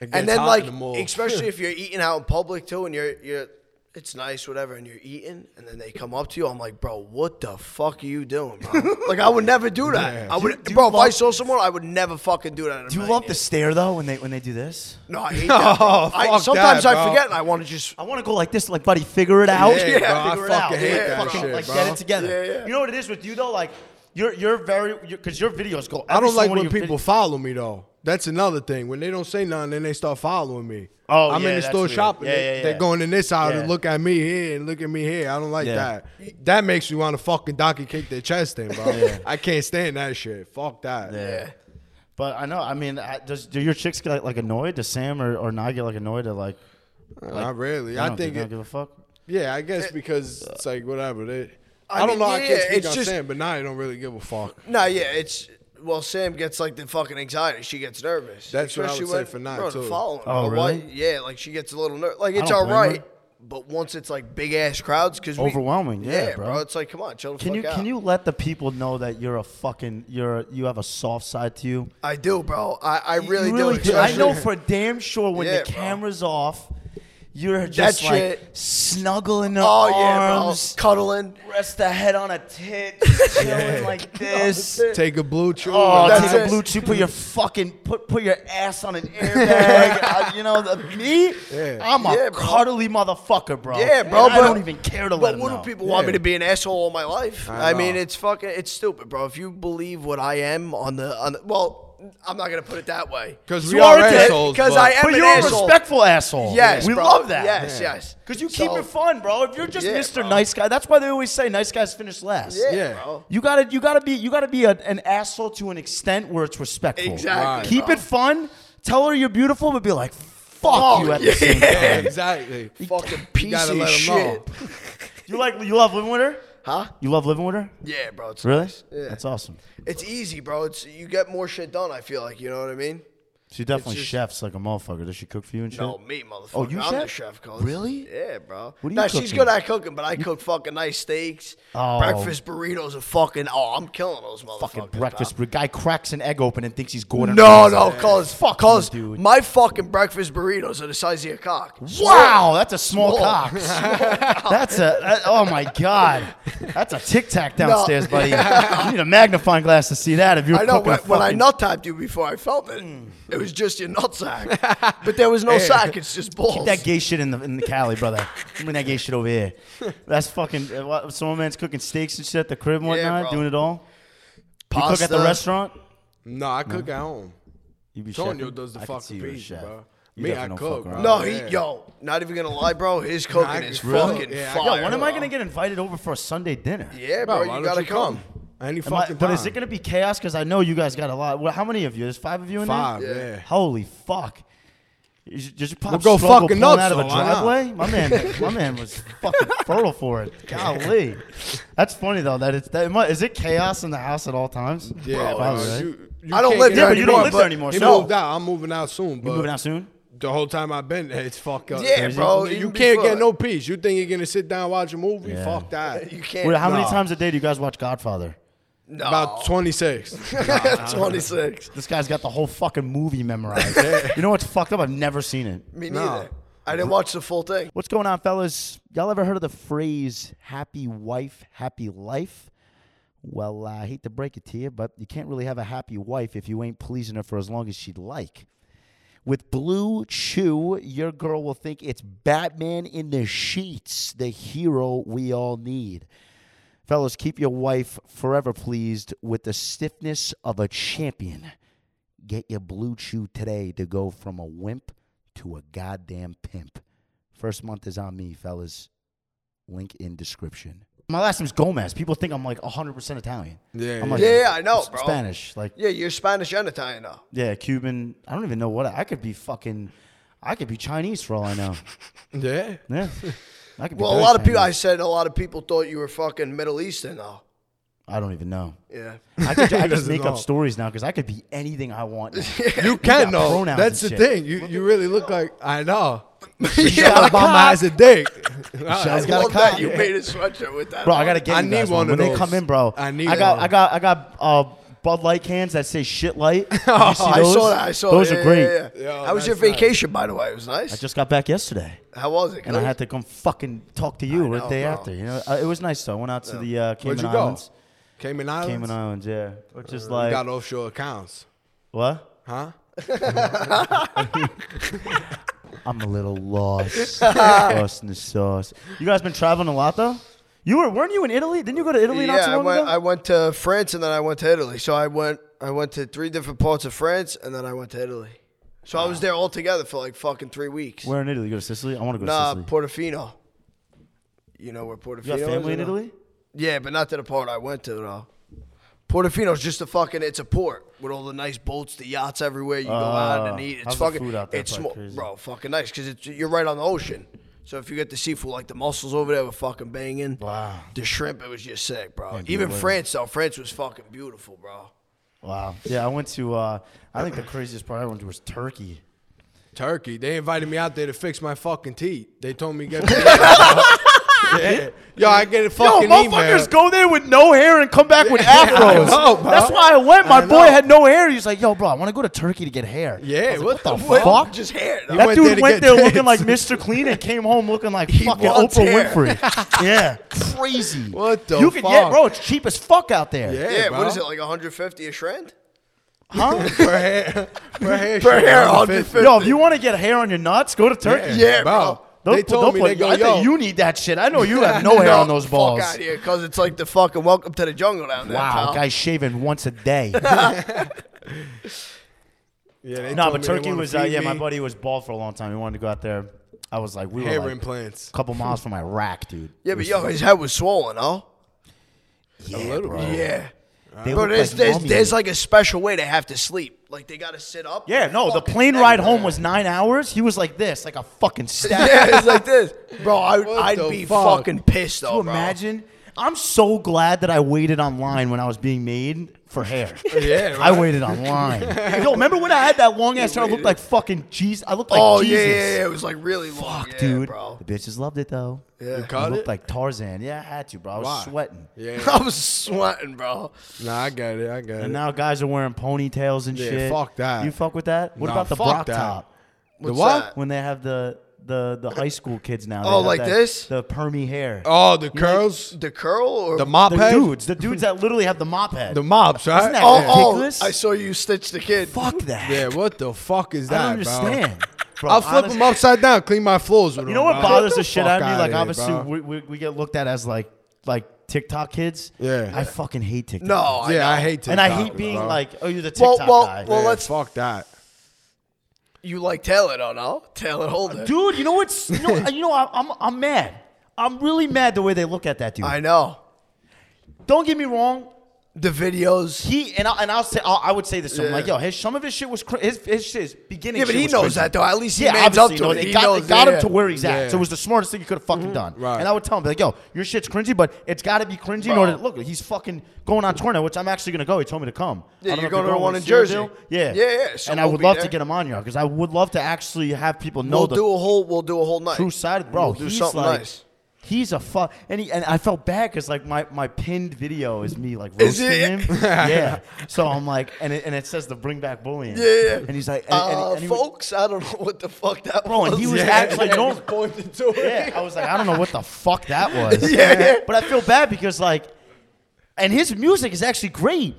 gets
and then
hot
like
in the mall.
especially if you're eating out in public too and you're you're it's nice whatever and you're eating and then they come up to you i'm like bro what the fuck are you doing bro? like i would never do that i would
Do you- do
bro
you
if i
love-
saw someone i would never fucking do that in a
do you
million
love the
years.
stare though when they when they do this?
no i hate that bro.
Oh,
I-
fuck that,
sometimes i
bro.
forget and i want to just
I want to go like this, like buddy, figure it out.
Yeah,
Yeah,
figure
bro, I
it
fucking
out.
hate
that
fucking,
shit,
like,
bro.
Get it together.
Yeah, yeah.
You know what it is with you though, like. You're, you're very because your videos go.
I
every
don't like
single one
when
of your
people
vid-
follow me though. That's another thing. When they don't say nothing, then they start following me.
Oh,
I'm
yeah,
in the
that's
store
weird.
shopping.
Yeah,
they-
yeah,
They're
yeah.
going in this aisle
Yeah.
and look at me here and look at me here. I don't like
Yeah.
that. That makes me want to fucking donkey kick their chest in, bro. I can't stand that shit. Fuck that.
Yeah. But I know. I mean, I, does do your chicks get like annoyed? Does Sam or or not get like annoyed at like?
Not really.
I,
I,
don't,
think.
they don't
It,
give a fuck.
yeah, I guess because it's like whatever. They, I,
I
don't
mean,
know. I
yeah,
can't speak
it's
on
just-
Sam, but now I don't really give a fuck.
no yeah it's well sam gets like the fucking anxiety she gets nervous
That's what I
Especially
would say
when-
for Nye,
bro, the
too.
following
Oh,
bro. Why-
really?
yeah like she gets a little nervous like it's
don't
all
blame her.
right but once it's like big ass crowds because
Overwhelming, yeah, bro.
it's like come on chill the
Can
fuck
you
out.
can you let the people know that you're a fucking you're you have a soft side to you?
I do, bro. I, I
You
really, do.
I know
especially-
for damn sure when
Yeah,
the
bro.
camera's off, you're just like
shit-
snuggling the
Oh yeah, bro.
arms,
Cuddling.
rest the head on a tit, just chilling like this.
Take a blue chew.
Oh, take
That's
a
it.
blue chew, put your fucking put put your ass on an airbag. I- you know the, me,
Yeah.
I'm a
Yeah, bro.
cuddly motherfucker, bro.
Yeah, bro.
And
but,
Oh, I don't even care to
but
let 'em
what
know.
do people want me
Yeah.
to be an asshole all my life? I, mean,
know.
it's fucking, it's stupid, bro. If you believe what I am on the, on the well, I'm not gonna put it that way.
because
You
we are
are dead,
assholes.
because
but-
I am
But
an
you're
asshole.
a respectful asshole.
Yes,
we
bro.
love that.
Yes, yes.
Because you
So-
keep it fun, bro. If you're just
Yeah,
Mr.
bro.
Nice Guy, that's why they always say nice guys finish last.
Yeah,
Yeah.
bro.
You gotta, you gotta be, you gotta be a, an asshole to an extent where it's respectful.
Exactly.
Right.
Keep
bro.
it fun. Tell her you're beautiful, but be like, fuck
Oh,
you at the same
Yeah,
time.
exactly.
Fucking
You
piece
gotta
of
let them know.
shit.
You like, you love living with her.
Huh?
You love living with her.
Yeah, bro. It's
Really?
Yeah.
That's awesome.
It's easy, bro. It's you get more shit done. I feel like you know what I mean.
She definitely
just-
chefs like a motherfucker. Does she cook for you and shit?
No, me, motherfucker.
Oh, you
I'm the
chef?
chef, cuz.
Really?
Yeah, bro.
What are you
nah, she's
cooking?
good at cooking, but I cook fucking nice steaks,
Oh.
breakfast burritos, and fucking. Oh, I'm killing those motherfuckers.
Fucking
pal.
breakfast. bur- Guy cracks an egg open and thinks he's Gordon.
No,
Ramsay.
no, cuz.
Fuck
cuz.
you, dude.
My fucking breakfast burritos are the size of your cock.
Wow, that's a small,
Small.
cock. that's a that- oh my god, that's a tic tac downstairs, buddy. You need a magnifying glass to see that. If you're
I know
cooking a
when, when I
fucking-
nut tapped you before I felt it, it was just your nut sack. but there was no sack, it's just balls.
Keep that gay shit in the in the Cali, brother. Bring that gay shit over here. That's fucking. uh, what- Some man's cooking steaks and shit at the crib, and
Yeah,
whatnot,
bro.
doing it all. You
Pasta.
cook at the restaurant.
No, I cook at home.
You be
Antonio
chefing?
does the
I could see
fucking
you're a
pizza,
chef.
bro.
You
Me, I
definitely don't
cook.
fuck around.
No, he,
Yeah.
yo, not even gonna lie, bro. His cooking
I-
is
Really?
fucking
Yeah, I-
fire.
Yo,
Yo, when am I gonna get invited over for a Sunday dinner?
Yeah,
Bro,
bro,
why
you
don't
gotta
you
come.
come? Any
Am I-
fucking
but
time.
is it gonna be chaos? Because I know you guys got a lot. Well, how many of you? There's five of you in
five?
there.
Yeah.
Holy fuck! Is your- Did your pop
Eh. We'll go
struggle pulling
fucking nuts,
out of a
though, why not?
driveway? My man, my man was fucking fertile for it. Golly, that's funny though. That it's that it might, is it chaos in the house at all times?
Yeah,
Probably,
bro,
right?
you- you
I don't
can't
live
get
there
out
anymore,
of
but
work.
anymore,
He
so-
moved out. I'm moving out soon,
You
but
moving out soon?
the whole time I've been there, it's fucked up.
Yeah, bro,
You,
even
can't
before-
get no peace. You think you're gonna sit down and watch a movie?
Yeah.
Fuck that.
You can't.
Wait, how many
Nah.
times a day do you guys watch Godfather?
no.
About 26.
26.
This guy's got the whole fucking movie memorized. you know what's fucked up? I've never seen it.
Me
No.
neither. I didn't watch the full thing.
What's going on, fellas? Y'all ever heard of the phrase happy wife, happy life? Well, I hate to break it to you, but you can't really have a happy wife if you ain't pleasing her for as long as she'd like. With Blue Chew, your girl will think it's Batman in the sheets, the hero we all need. Fellas, keep your wife forever pleased with the stiffness of a champion. Get your Blue Chew today to go from a wimp to a goddamn pimp. First month is on me, fellas. Link in description. My last name's Gomez. People think I'm like 100% Italian.
Yeah,
I'm
yeah.
like,
Yeah, yeah, I know,
S-
bro.
Spanish. Like,
Yeah, you're Spanish and Italian now.
yeah, Cuban. I don't even know what I, I could be fucking. I could be Chinese for all I know.
Yeah.
Yeah. I could be
Well, a
very
lot of people. I
Chinese.
said a lot of people thought you were fucking Middle Eastern now.
I don't even know.
Yeah.
I, could, I
He
just
doesn't
make
know.
up stories now because I could be anything I want. now.
You can
got
though.
pronouns
That's the
and shit.
thing. You you really look like I know.
yeah.
Obama has a dick.
Shell's
I
got a
love that
cock.
you made a sweatshirt with that.
Bro, I gotta get
I
you
need
guys
one
when
of
they
those.
come in, bro.
I need
I got,
one.
I got, I got uh, Bud Light cans that say "shit light." You see
Oh, I
those?
saw that. I saw
Those
yeah,
are great.
Yeah, yeah.
Yo,
How was your
that's nice.
vacation, by the way? It was nice.
I just got back yesterday,
How was it?
and I had to come fucking talk to you right
know,
day
bro.
after. You know, Uh, it was nice though. I went out to the uh, Cayman
Where'd you go?
Islands.
Cayman Islands.
Cayman Islands, yeah. Which
Uh,
is
You
like
got offshore accounts,
what?
huh?
I'm a little lost, lost in the sauce. You guys been traveling a lot though. You were weren't you in Italy? Didn't you go to Italy not
yeah,
so
I
long
went.
ago?
I went to France and then I went to Italy. So I went. I went to three different parts of France and then I went to Italy. So I was there all together for like fucking three weeks.
Where in Italy? You go to Sicily? I want to go
nah,
to Sicily.
Portofino. You know where Portofino
You got
is
family
or
in
no?
Italy?
Yeah, but not to the part I went to though. Portofino's just a fucking. It's a port with all the nice boats, the yachts everywhere. You go out and
Uh,
eat. It's
how's the
fucking.
food out there?
it's
Probably
sm-
crazy.
bro, fucking nice because it's you're right on the ocean. So if you get the seafood, like the mussels over there were fucking banging.
Wow.
The shrimp, it was just sick, bro. Even France though, France was fucking beautiful, bro.
Wow. Yeah, I went to. Uh, I think the craziest part I went to was Turkey.
Turkey. They invited me out there to fix my fucking teeth. They told me get. Yeah. Yo, I get a
Yo,
fucking email.
motherfuckers go there with no hair and come back with
Yeah, I
afros.
know, bro.
That's why I went. My boy
I know.
had no hair. He's like, "Yo, bro, I want to go to Turkey to get hair."
Yeah,
I was like,
what the
fuck?
Well, Just hair. though.
that
went
dude
there to
went
get
there looking
tits.
like Mr. Clean and came home looking like fucking
wants
Oprah
hair.
Winfrey. yeah, crazy.
What the
You can, yeah,
fuck?
bro. It's cheap as fuck out there.
Yeah,
yeah,
bro.
what is it like 150 a shrimp?
Huh?
Per hair, per hair, shit,
hair,
150.
Yo, if you want to get hair on your nuts, go to Turkey.
Yeah, bro.
They'll-
They
they'll
told me
put-
they go,
I
yo,
think you need that shit. I know you have no hair on those balls.
Fuck out here, cause it's like the fucking welcome to the jungle down there.
Wow,
pal.
guys shaving once a day.
Yeah, they
No, but
told me they
Turkey
wanna
was uh,
feed
yeah. My
me
buddy was bald for a long time. He wanted to go out there. I was like, we were
hair
like
implants.
a couple miles from Iraq, dude.
Yeah, but yo, his head was swollen, huh?
yeah,
little
bro.
bit.
Yeah.
They
Bro,
look
there's,
like
there's,
mummies.
there's like a special way they have to sleep. Like they gotta sit up.
yeah, no. The
Fucking
plane
neck,
ride
bro.
home was nine hours. He was like this, like a fucking statue.
yeah, it's like this, bro.
What
I, I'd
the
be
fuck?
fucking pissed
Can you
though, bro.
imagine? I'm so glad that I waited online when I was being made for hair.
Yeah, right.
I waited online. Yo, remember when I had that long ass hair? I looked like fucking Jesus. I looked like
Oh yeah,
Jesus.
yeah, yeah, it was like really long,
Fuck,
yeah,
dude.
bro.
The bitches loved it though.
Yeah.
You
I
cut
looked
it?
like Tarzan. Yeah, I had to, bro. I was
Why?
sweating.
Yeah.
I was sweating, bro.
Nah, I got it. I got it.
And now guys are wearing ponytails and
Yeah,
shit.
fuck that.
You fuck with that? What
Nah,
about the
fuck
Brock
that.
top?
the
What's
what?
that?
When they have the the the high school kids now. they
Oh,
have
like
that-
this?
The permy hair.
Oh, the curls,
The curl or
the mop
the
head,
dudes, the dudes that literally have the mop head.
the mops, right? oh.
that
Oh,
Yeah.
oh,
Ridiculous?
I saw you stitch the kid.
fuck that.
yeah, what the fuck is
I
that,
don't understand. Bro,
Bro? I'll flip
honest-
them upside down, clean my floors with
You
them.
know what
bro.
bothers
Get
the shit
fuck
out of me?
outta
Like
here,
obviously
bro.
we, we, we get looked at as like like TikTok kids.
Yeah.
I fucking hate TikTok.
No, I
yeah,
know.
I hate
and I
TikTok,
hate being
bro.
like, oh, you're the
Well,
TikTok
well,
guy.
well,
Yeah,
let's-
fuck that.
You like Taylor, don't know? Taylor Holder.
dude, you know what's you know, you know I, I'm I'm mad. I'm really mad the way they look at that dude.
I know.
Don't get me wrong.
The videos.
He and I, and I'll say I'll, I would say this. to him,
Yeah.
like, yo, his some of his shit was cra- his his shit is beginning.
Yeah, but
shit
he
was
knows
crazy.
that though. At least he
yeah,
made up
obviously,
to
no,
it.
it
He
got,
knows,
it got
yeah. Mm-hmm.
him to where he's at.
Yeah.
So it was the smartest thing he could have fucking done.
Right.
And I would tell him, be like, yo, your shit's cringy, but it's got to be cringy in
Bro.
order. To, look, he's fucking going on tour now, which I'm actually gonna go. He told me to come.
Yeah,
I don't
you're
know if
going to the
going
one
with
in Jersey.
Cyrodiil. Yeah,
Yeah, yeah, so
and I
we'll
would
be
love to
there.
get him on here because I would love to actually have people know
We'll
the
do a whole. We'll do a whole night.
true side, bro.
We'll do
he's
something
like,
nice.
He's a fuck, and he, and I felt bad because like my, my pinned video is me like roasting
it?
him, yeah. So I'm like, and it, and it says the bring back bullying,
yeah.
And he's like, and, and-
Uh,
and he was-
folks, I don't know what the fuck that
Bro,
was.
and he was actually
I
normal.
was pointing to
Yeah,
it.
I was like, I don't know what the fuck that was.
Yeah.
But I feel bad because like, and his music is actually great.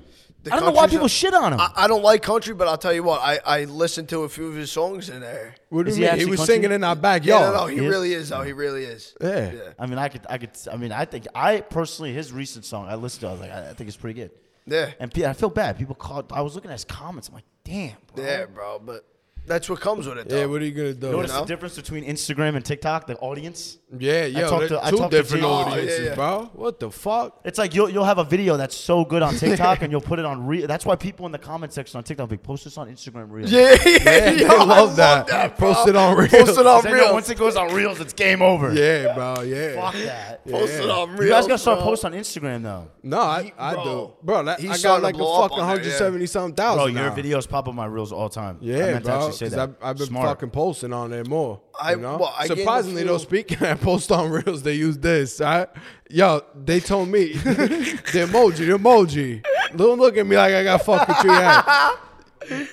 I don't know why
country's
people
not-
shit on him.
I, I don't like country, but I'll tell you what, I, I listened to a few of his songs in there.
What do
Is
you
he
mean? He
actually
was
country?
singing in our backyard.
Yeah, no, no, he
Yeah.
really is, though. He really is.
Yeah.
I mean, I could, I could, I mean, I think I personally his recent song I listened to, I was like, I, I think it's pretty good.
Yeah.
And pe- I feel bad. People called. I was looking at his comments. I'm like, damn. Bro.
Yeah, bro, but that's what comes with it, though.
Yeah, what are you gonna do?
Notice
know?
the difference between Instagram and TikTok. The audience.
Yeah, yo,
talked
they're
to- I
two
talked to
different
Jay- Oh,
yeah,
audiences,
yeah.
bro. What the fuck?
It's like you'll you'll have a video that's so good on TikTok, and you'll put it on. Re- that's why people in the comment section on TikTok be post this on Instagram Reels.
yeah, yeah,
Yeah, they
yo,
love,
I love
that.
that. bro.
Post it on Reels.
Post it on
Then, yo,
real.
once it goes on Reels, it's game over.
Yeah, bro. Yeah.
Fuck that.
Post it on real.
You guys gotta start
bro.
posting on Instagram though.
No, I, I do,
bro,
bro. That,
he's
I got
starting to
like a
blow up
fucking
on there, yeah.
170 something thousand.
Bro, your
now.
videos pop up my reels all the time. I
Yeah,
meant
bro.
To actually say
Because
that.
I've, I've been
Smart.
fucking posting on there more.
I-
you know?
well, I gained a
Surprisingly, though,
few-
speaking at post on reels, they use this. All right? Yo, they told me the emoji, the emoji. Don't look at me like I got fucking three eyes.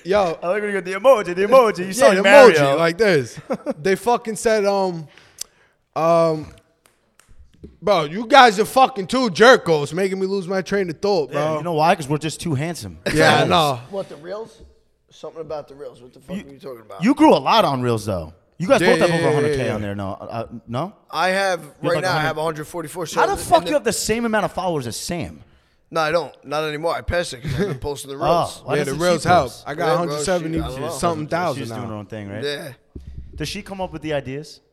Yo,
I like when you get the emoji, the emoji. You yeah,
yeah, the emoji like this. They fucking said, um, um, bro, you guys are fucking two jerkos, making me lose my train of thought, bro.
you know why? Because we're just too handsome.
yeah I know.
What, the reels? Something about the reels. What the fuck are you talking about?
You grew a lot on reels though. You guys
Yeah,
both have
yeah,
over 100k
yeah, yeah.
on there. No, uh, no.
I have, right
like
now, I
100
have 144. So
How the
in
fuck you have the same amount of followers as Sam?
No, I don't. Not anymore. I passed it because I've been posting the reels.
why
yeah, the
doesn't she
reels help.
post?
I got
Yeah, bro,
170
shoot, I don't know.
something thousand
She's doing her
now.
own thing, right?
Yeah.
Does she come up with the ideas?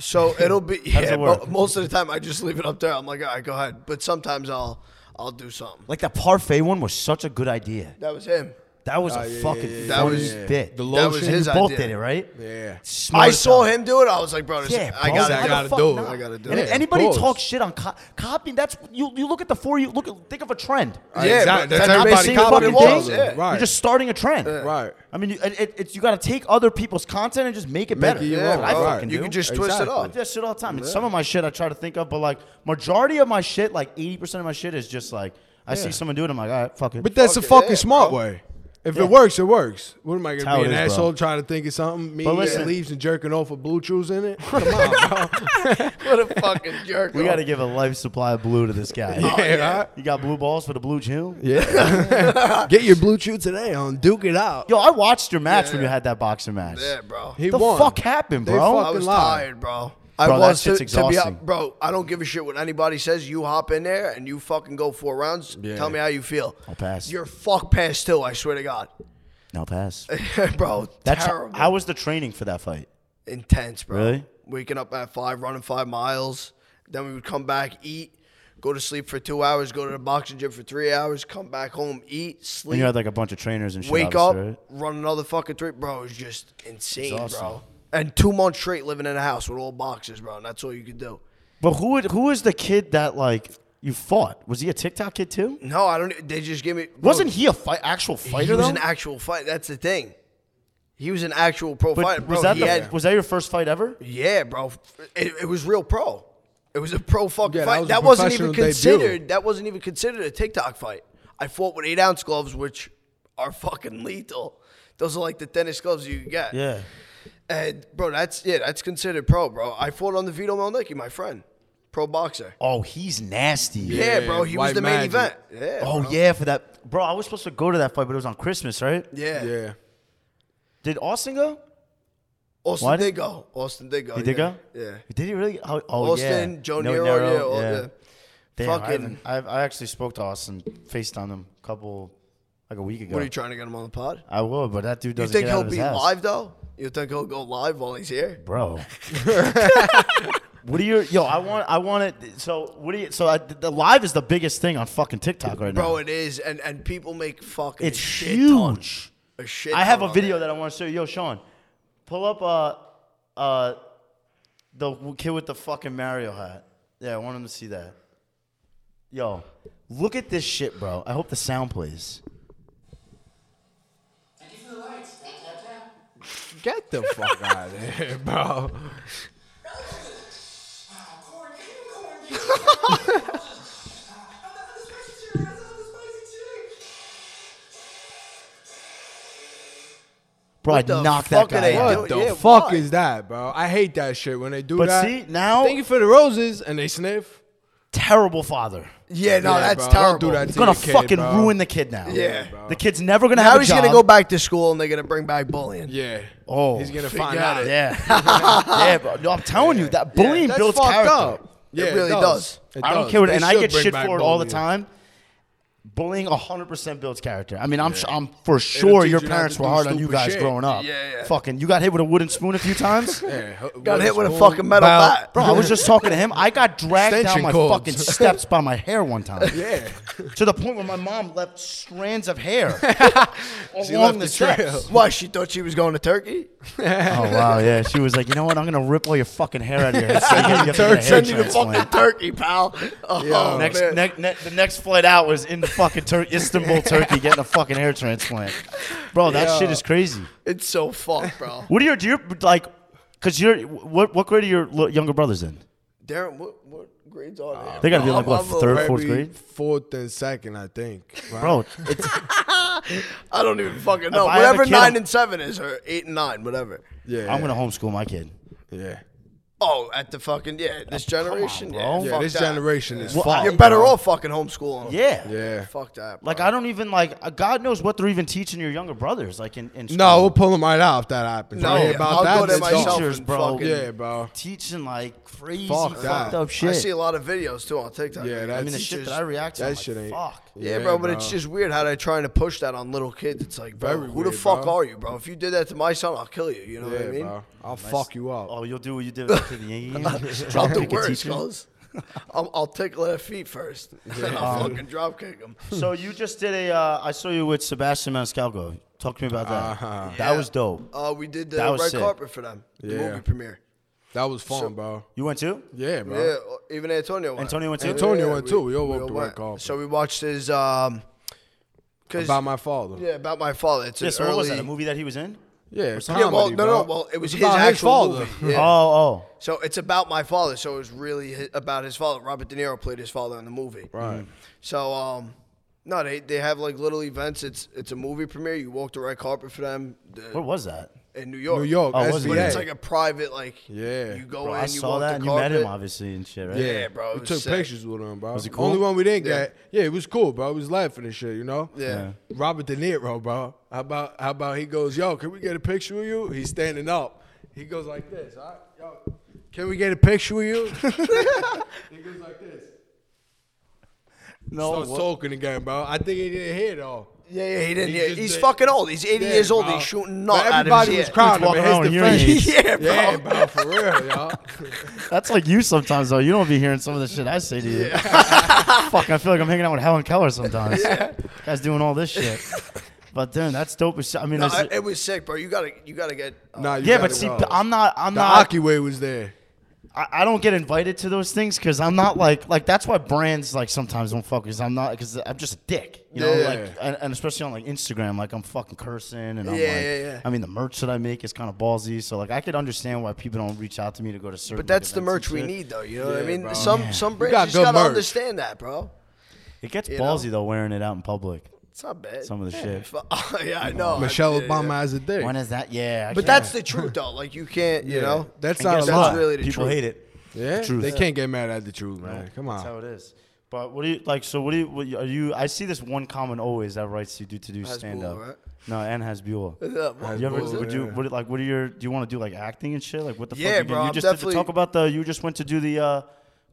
So it'll be yeah.
it work?
mo- most of the time, I just leave it up there. I'm like, all right, go ahead. But sometimes I'll I'll do something.
Like the parfait one was such a good idea.
That was him.
That was
Oh,
a
yeah,
fucking
yeah, yeah,
yeah.
funny
That was-
bit.
That
The
was
lotion.
his
you both
idea.
did it, right?
Yeah.
Smart
I
as
saw
hell.
him do it. I was like, bro, this,
Yeah,
I
bro,
got
I
why
to
the
gotta
fuck
do it.
not?
I gotta do
And
it.
if anybody
Pause.
talks shit on co- copying, that's you. You look at the for you. Look, at, think of a trend.
Yeah,
Exactly.
but
That's
not
everybody
basing it on
copying
what it
Uh, each
was.
other.
Yeah.
Right.
You're just starting a trend.
Right.
I mean, you, it, it, it's you got to take other people's content and just make it
Make
better.
it your
That's
own,
what I
right.
fucking
You
do.
can just twist it
Exactly.
I do
up.
that shit all the time. And some of my shit I try to think of, but like majority of my shit, like eighty percent of my shit is just like I see someone do it. I'm like, all right, fuck it.
But that's a
Fuck it,
fucking
yeah,
smart
bro.
way. If
Yeah.
it works, it works. What am I
That's how
gonna be
it
an
is, bro.
asshole trying to think of something? Me
But
eating
listen-
leaves and jerking off with blue chews in it. Come on, bro.
What a fucking jerk.
we got to give a life supply of blue to this guy.
yeah, right?
You got blue balls for the blue chill.
Yeah. Get your blue chew today on Duke it out.
Yo, I watched your match when
Yeah.
you had that boxing match.
Yeah, bro.
He
the
won.
fuck happened,
They
bro?
fucked
I was
fucking lie.
tired, bro. I
Bro, that
was to,
shit's
to be
exhausting.
up, bro. I don't give a shit what anybody says. You hop in there and you fucking go four rounds. Tell me how you feel.
I'll pass.
You're fuck past two. I swear to God,
No pass.
bro.
That's
terrible.
how was the training for that fight?
intense, bro.
Really?
Waking up at five, running five miles. Then we would come back, eat, go to sleep for two hours, go to the boxing gym for three hours, come back home,
And
eat,
you
sleep,
had like a bunch of trainers and shit.
wake up,
obviously, right?
run another fucking three. Bro, it's just insane,
Exhausting.
bro. And two months straight living in a house with all boxes, bro. And that's all you could do.
But who would, who is the kid that like you fought? Was he a TikTok kid too?
No, I don't. e, They just gave me. bro,
Wasn't he a fight actual fighter
He was
though?
an actual fight. That's the thing. He was an actual pro
But
fighter, bro.
was that
he
the,
had,
was that your first fight ever?
yeah, bro. It, it was real pro. It was a pro fucking
Yeah, that
fight.
was a
That, was not even
professional debut.
considered. That wasn't even considered a TikTok fight. I fought with eight ounce gloves, which are fucking lethal. Those are like the thinnest gloves you can get.
Yeah.
And bro, that's yeah, that's considered pro, bro. I fought on the Vito Malnicki, my friend, pro boxer.
Oh, he's nasty.
Yeah,
Yeah,
bro. He
White
was the main
Magic.
event. Yeah.
Oh
bro.
yeah, for that bro. I was supposed to go to that fight, but it was on Christmas, right?
Yeah.
Yeah.
Did Austin go?
Austin
Why did-
did go. Austin did go.
He did
yeah.
go.
Yeah.
Did he really? Oh, oh
Austin,
yeah.
Joe
No-
Nero,
Nero,
yeah, all the
Damn, I,
fucking-
haven't- I've- I actually spoke to Austin, Facetime him a couple like a week ago.
What are you trying to get him on the pod?
I will, but that dude
You
doesn't
think
get out
he'll
of his
be
house.
live though? You think he'll go live while he's here?
bro. what are your yo? I want I want it. So what do you? So I, the live is the biggest thing on fucking TikTok right now.
Bro, it is, and and people make fucking.
it's
a shit Ton,
huge.
a shit.
I have
ton
a
on
video
it.
that I want to show you. Yo, Sean, pull up uh uh the w- kid with the fucking Mario hat. Yeah, I want him to see that. Yo, look at this shit, bro. I hope the sound plays.
Get the fuck out of here, bro.
Corey,
Bro, I'd
the
knock
fuck
that
are
guy
they
out.
doing?
What the
Yeah,
fuck
why?
is that, bro? I hate that shit when they do
But
that.
see, now-
thank you for the roses, and they sniff.
Terrible father.
Yeah, no,
Yeah,
that's
bro,
terrible.
Don't do that to
It's gonna
your kid,
fucking
bro.
ruin the kid now.
Yeah.
the kid's never gonna
Now
have a
he's
job.
gonna go back to school and they're gonna bring back bullying.
Yeah.
Oh,
he's gonna
figure
find
out
out.
it.
Yeah, yeah, bro. No, I'm telling you that bullying
That's
builds
fucked
character.
up. Yeah,
really does.
I don't care what,
They
and I
should
get
bring
shit
back
for it all the
bullying.
time. Bullying 100% builds character. I mean, I'm sh- I'm for sure
teach
your
you not
parents
to
were
do
hard on you
stupid
guys
shit.
growing up.
Yeah, yeah.
Fucking, you got hit with a wooden spoon a few times.
Yeah,
Got hit with a
spoon,
fucking metal
bow.
bat.
Bro, I was just talking to him. I got dragged down
Extension
my
cords.
fucking steps by my hair one time.
Yeah,
To the point where my mom left strands of hair
She
along the,
left the
steps.
trail.
Why she thought she was going to Turkey?
Oh wow, yeah. She was like, you know what? I'm gonna rip all your fucking hair out of your head. So you can get a hair
Send you to
transplant."
fucking Turkey, pal. Oh,
Next,
man.
ne- ne- the next flight out was in the fucking Tur- Istanbul, Turkey, getting a fucking hair transplant. Bro, that shit is crazy.
it's so fucked, bro.
What are your, do you like? Cause you're what? What grade are your li- younger brothers in?
Darren, what, what grades are they? in?
They gotta be
I'm-
like what
I'm a-
third, fourth
Maybe
grade.
fourth and second, I think. right?
Bro, it's
I don't even fucking know.
If I have a
Whatever
kid,
9
I'm-
and 7 is, or 8 and 9, whatever.
yeah,
I'm gonna homeschool my kid.
yeah,
Oh, at the fucking, yeah, this generation.
bro.
yeah,
yeah.
fuck
This
that.
generation is
Well, I-
fucked.
You're better
bro.
off fucking homeschooling.
Yeah.
Yeah.
Fuck that. Bro.
Like I don't even like uh, God knows what they're even teaching your younger brothers. Like in, in
No,
school.
we'll pull them right out if that happens.
No,
I hear
yeah,
about
I'll
that.
go there
it's
That's
myself.
dog.
teachers,
and
bro.
fucking-
Yeah, bro.
Teaching like crazy
Fuck that.
fucked up shit.
I see a lot of videos too on TikTok.
Yeah,
I
I
that's
mean the
it's
shit
just-
that I react to.
that
I'm
shit
like,
ain't-
fuck.
Yeah,
Yeah,
bro, but it's
bro.
just weird how they're trying to push that on little kids. It's like, bro,
Very
who
weird,
the fuck
bro.
are you, bro? If you did that to my son, I'll kill you. You know
Yeah,
what I mean?
bro. I'll fuck you up.
Oh, you'll do what you did to the Yankees.
Drop the
Pick a
words,
teacher.
cuz. I'll, I'll tickle their feet first. Then I'll fucking drop kick them.
So you just did a. Uh, I saw you with Sebastian Maniscalco. Talk to me about that.
Uh-huh.
That was dope.
Uh, we did the
That was
red
sick.
carpet for them, the
Yeah.
movie premiere.
That was fun, bro.
You went too?
Yeah, bro.
Yeah, uh, even Antonio went.
Antonio went too?
Antonio went too. We all walked
all
the red
went.
carpet.
So we watched his. Um, 'cause-
About my father.
yeah, about my father. It's
Yeah.
an
So
early.
what was that? A movie that he was in?
Yeah,
Yeah, well, no,
comedy, bro.
no, well, it was his
about
actual movie. Yeah.
Oh, oh.
So it's about my father. So it was really hi- about his father. Robert De Niro played his father in the movie. Mm-hmm.
Right.
So um, no, they they have like little events. It's it's a movie premiere. You walk the red carpet for them the-
Where was that?
in New York.
New York,
Oh, was it?
SBA.
But it's like a private like.
Yeah.
You go
Bro,
in.
I
Oh, you
saw
walk
that,
the
and you
carpet.
met him obviously and shit, right?
yeah.
Yeah, bro, it
We
was
took
sick.
pictures with him, bro. Was
it cool?
Only one we didn't
Yeah.
get. Yeah, it was cool, bro. It was live for this shit, you know.
Yeah. Yeah.
Robert De Niro, bro. How about how about he goes, yo, can we get a picture with you? He's standing up. He goes like this. All right, yo, can we get a picture with you? he goes like this.
No.
Starts talking again, bro. I think he didn't hear it all.
Yeah, yeah, he didn't.
He
yeah,
just
he's
did-
fucking old. He's 80
Yeah,
years old.
bro.
He's shooting
But
not out of
everybody
his
was
ear.
crowding
He's
him in
walking
his
around in
defense.
Yeah, bro.
Yeah, bro, for real, y'all.
That's like you sometimes, though. You don't be hearing some of the shit I say to you. Fuck, I feel like I'm hanging out with Helen Keller sometimes. Guys doing all this shit. But dude, that's dope. as shit. I mean,
No,
that's-
I- Uh, it was sick, bro. You gotta, you gotta get. uh,
Nah, you
yeah,
gotta
but see,
go.
I'm not. I'm
the
not.
hockey way was there.
I, I don't get invited to those things because I'm not like like that's why brands like sometimes don't fuck because I'm not because I'm just a dick, you know,
Yeah.
like and, and especially on like Instagram, like I'm fucking cursing and I'm
Yeah,
like,
yeah, yeah.
I mean the merch that I make is kind of ballsy, so like I could understand why people don't reach out to me to go to certain.
But that's the
events
merch
and
we
shit.
need, though. You know what I
Yeah,
mean?
bro.
Some some brands
got
just
good
gotta
merch.
understand that, bro.
It gets
know?
ballsy though wearing it out in public.
It's not bad.
Some of the shit.
shit. yeah, I know.
Michelle
Yeah, yeah.
Obama has a dick.
When is that? Yeah, I
But
can't-
that's the truth, though. Like you can't, you
Yeah,
know.
that's
and
not a
guess
that's
lie.
what?
really the
people
truth.
hate it.
Yeah,
truth.
they can't get mad at the truth, man. Come
That's how
on.
it is. But what do you like? So what do you? What you- are you? I see this one comment always that writes you do to do
Hasbulla,
stand up.
right?
No, and has Buell.
Yeah, well,
You ever
Bull,
would you
yeah.
what like what are your do you want to do like acting and shit like what the
Yeah,
fuck you
bro,
do? you
I'm
just did the
definitely-
talk about the you just went to do the uh,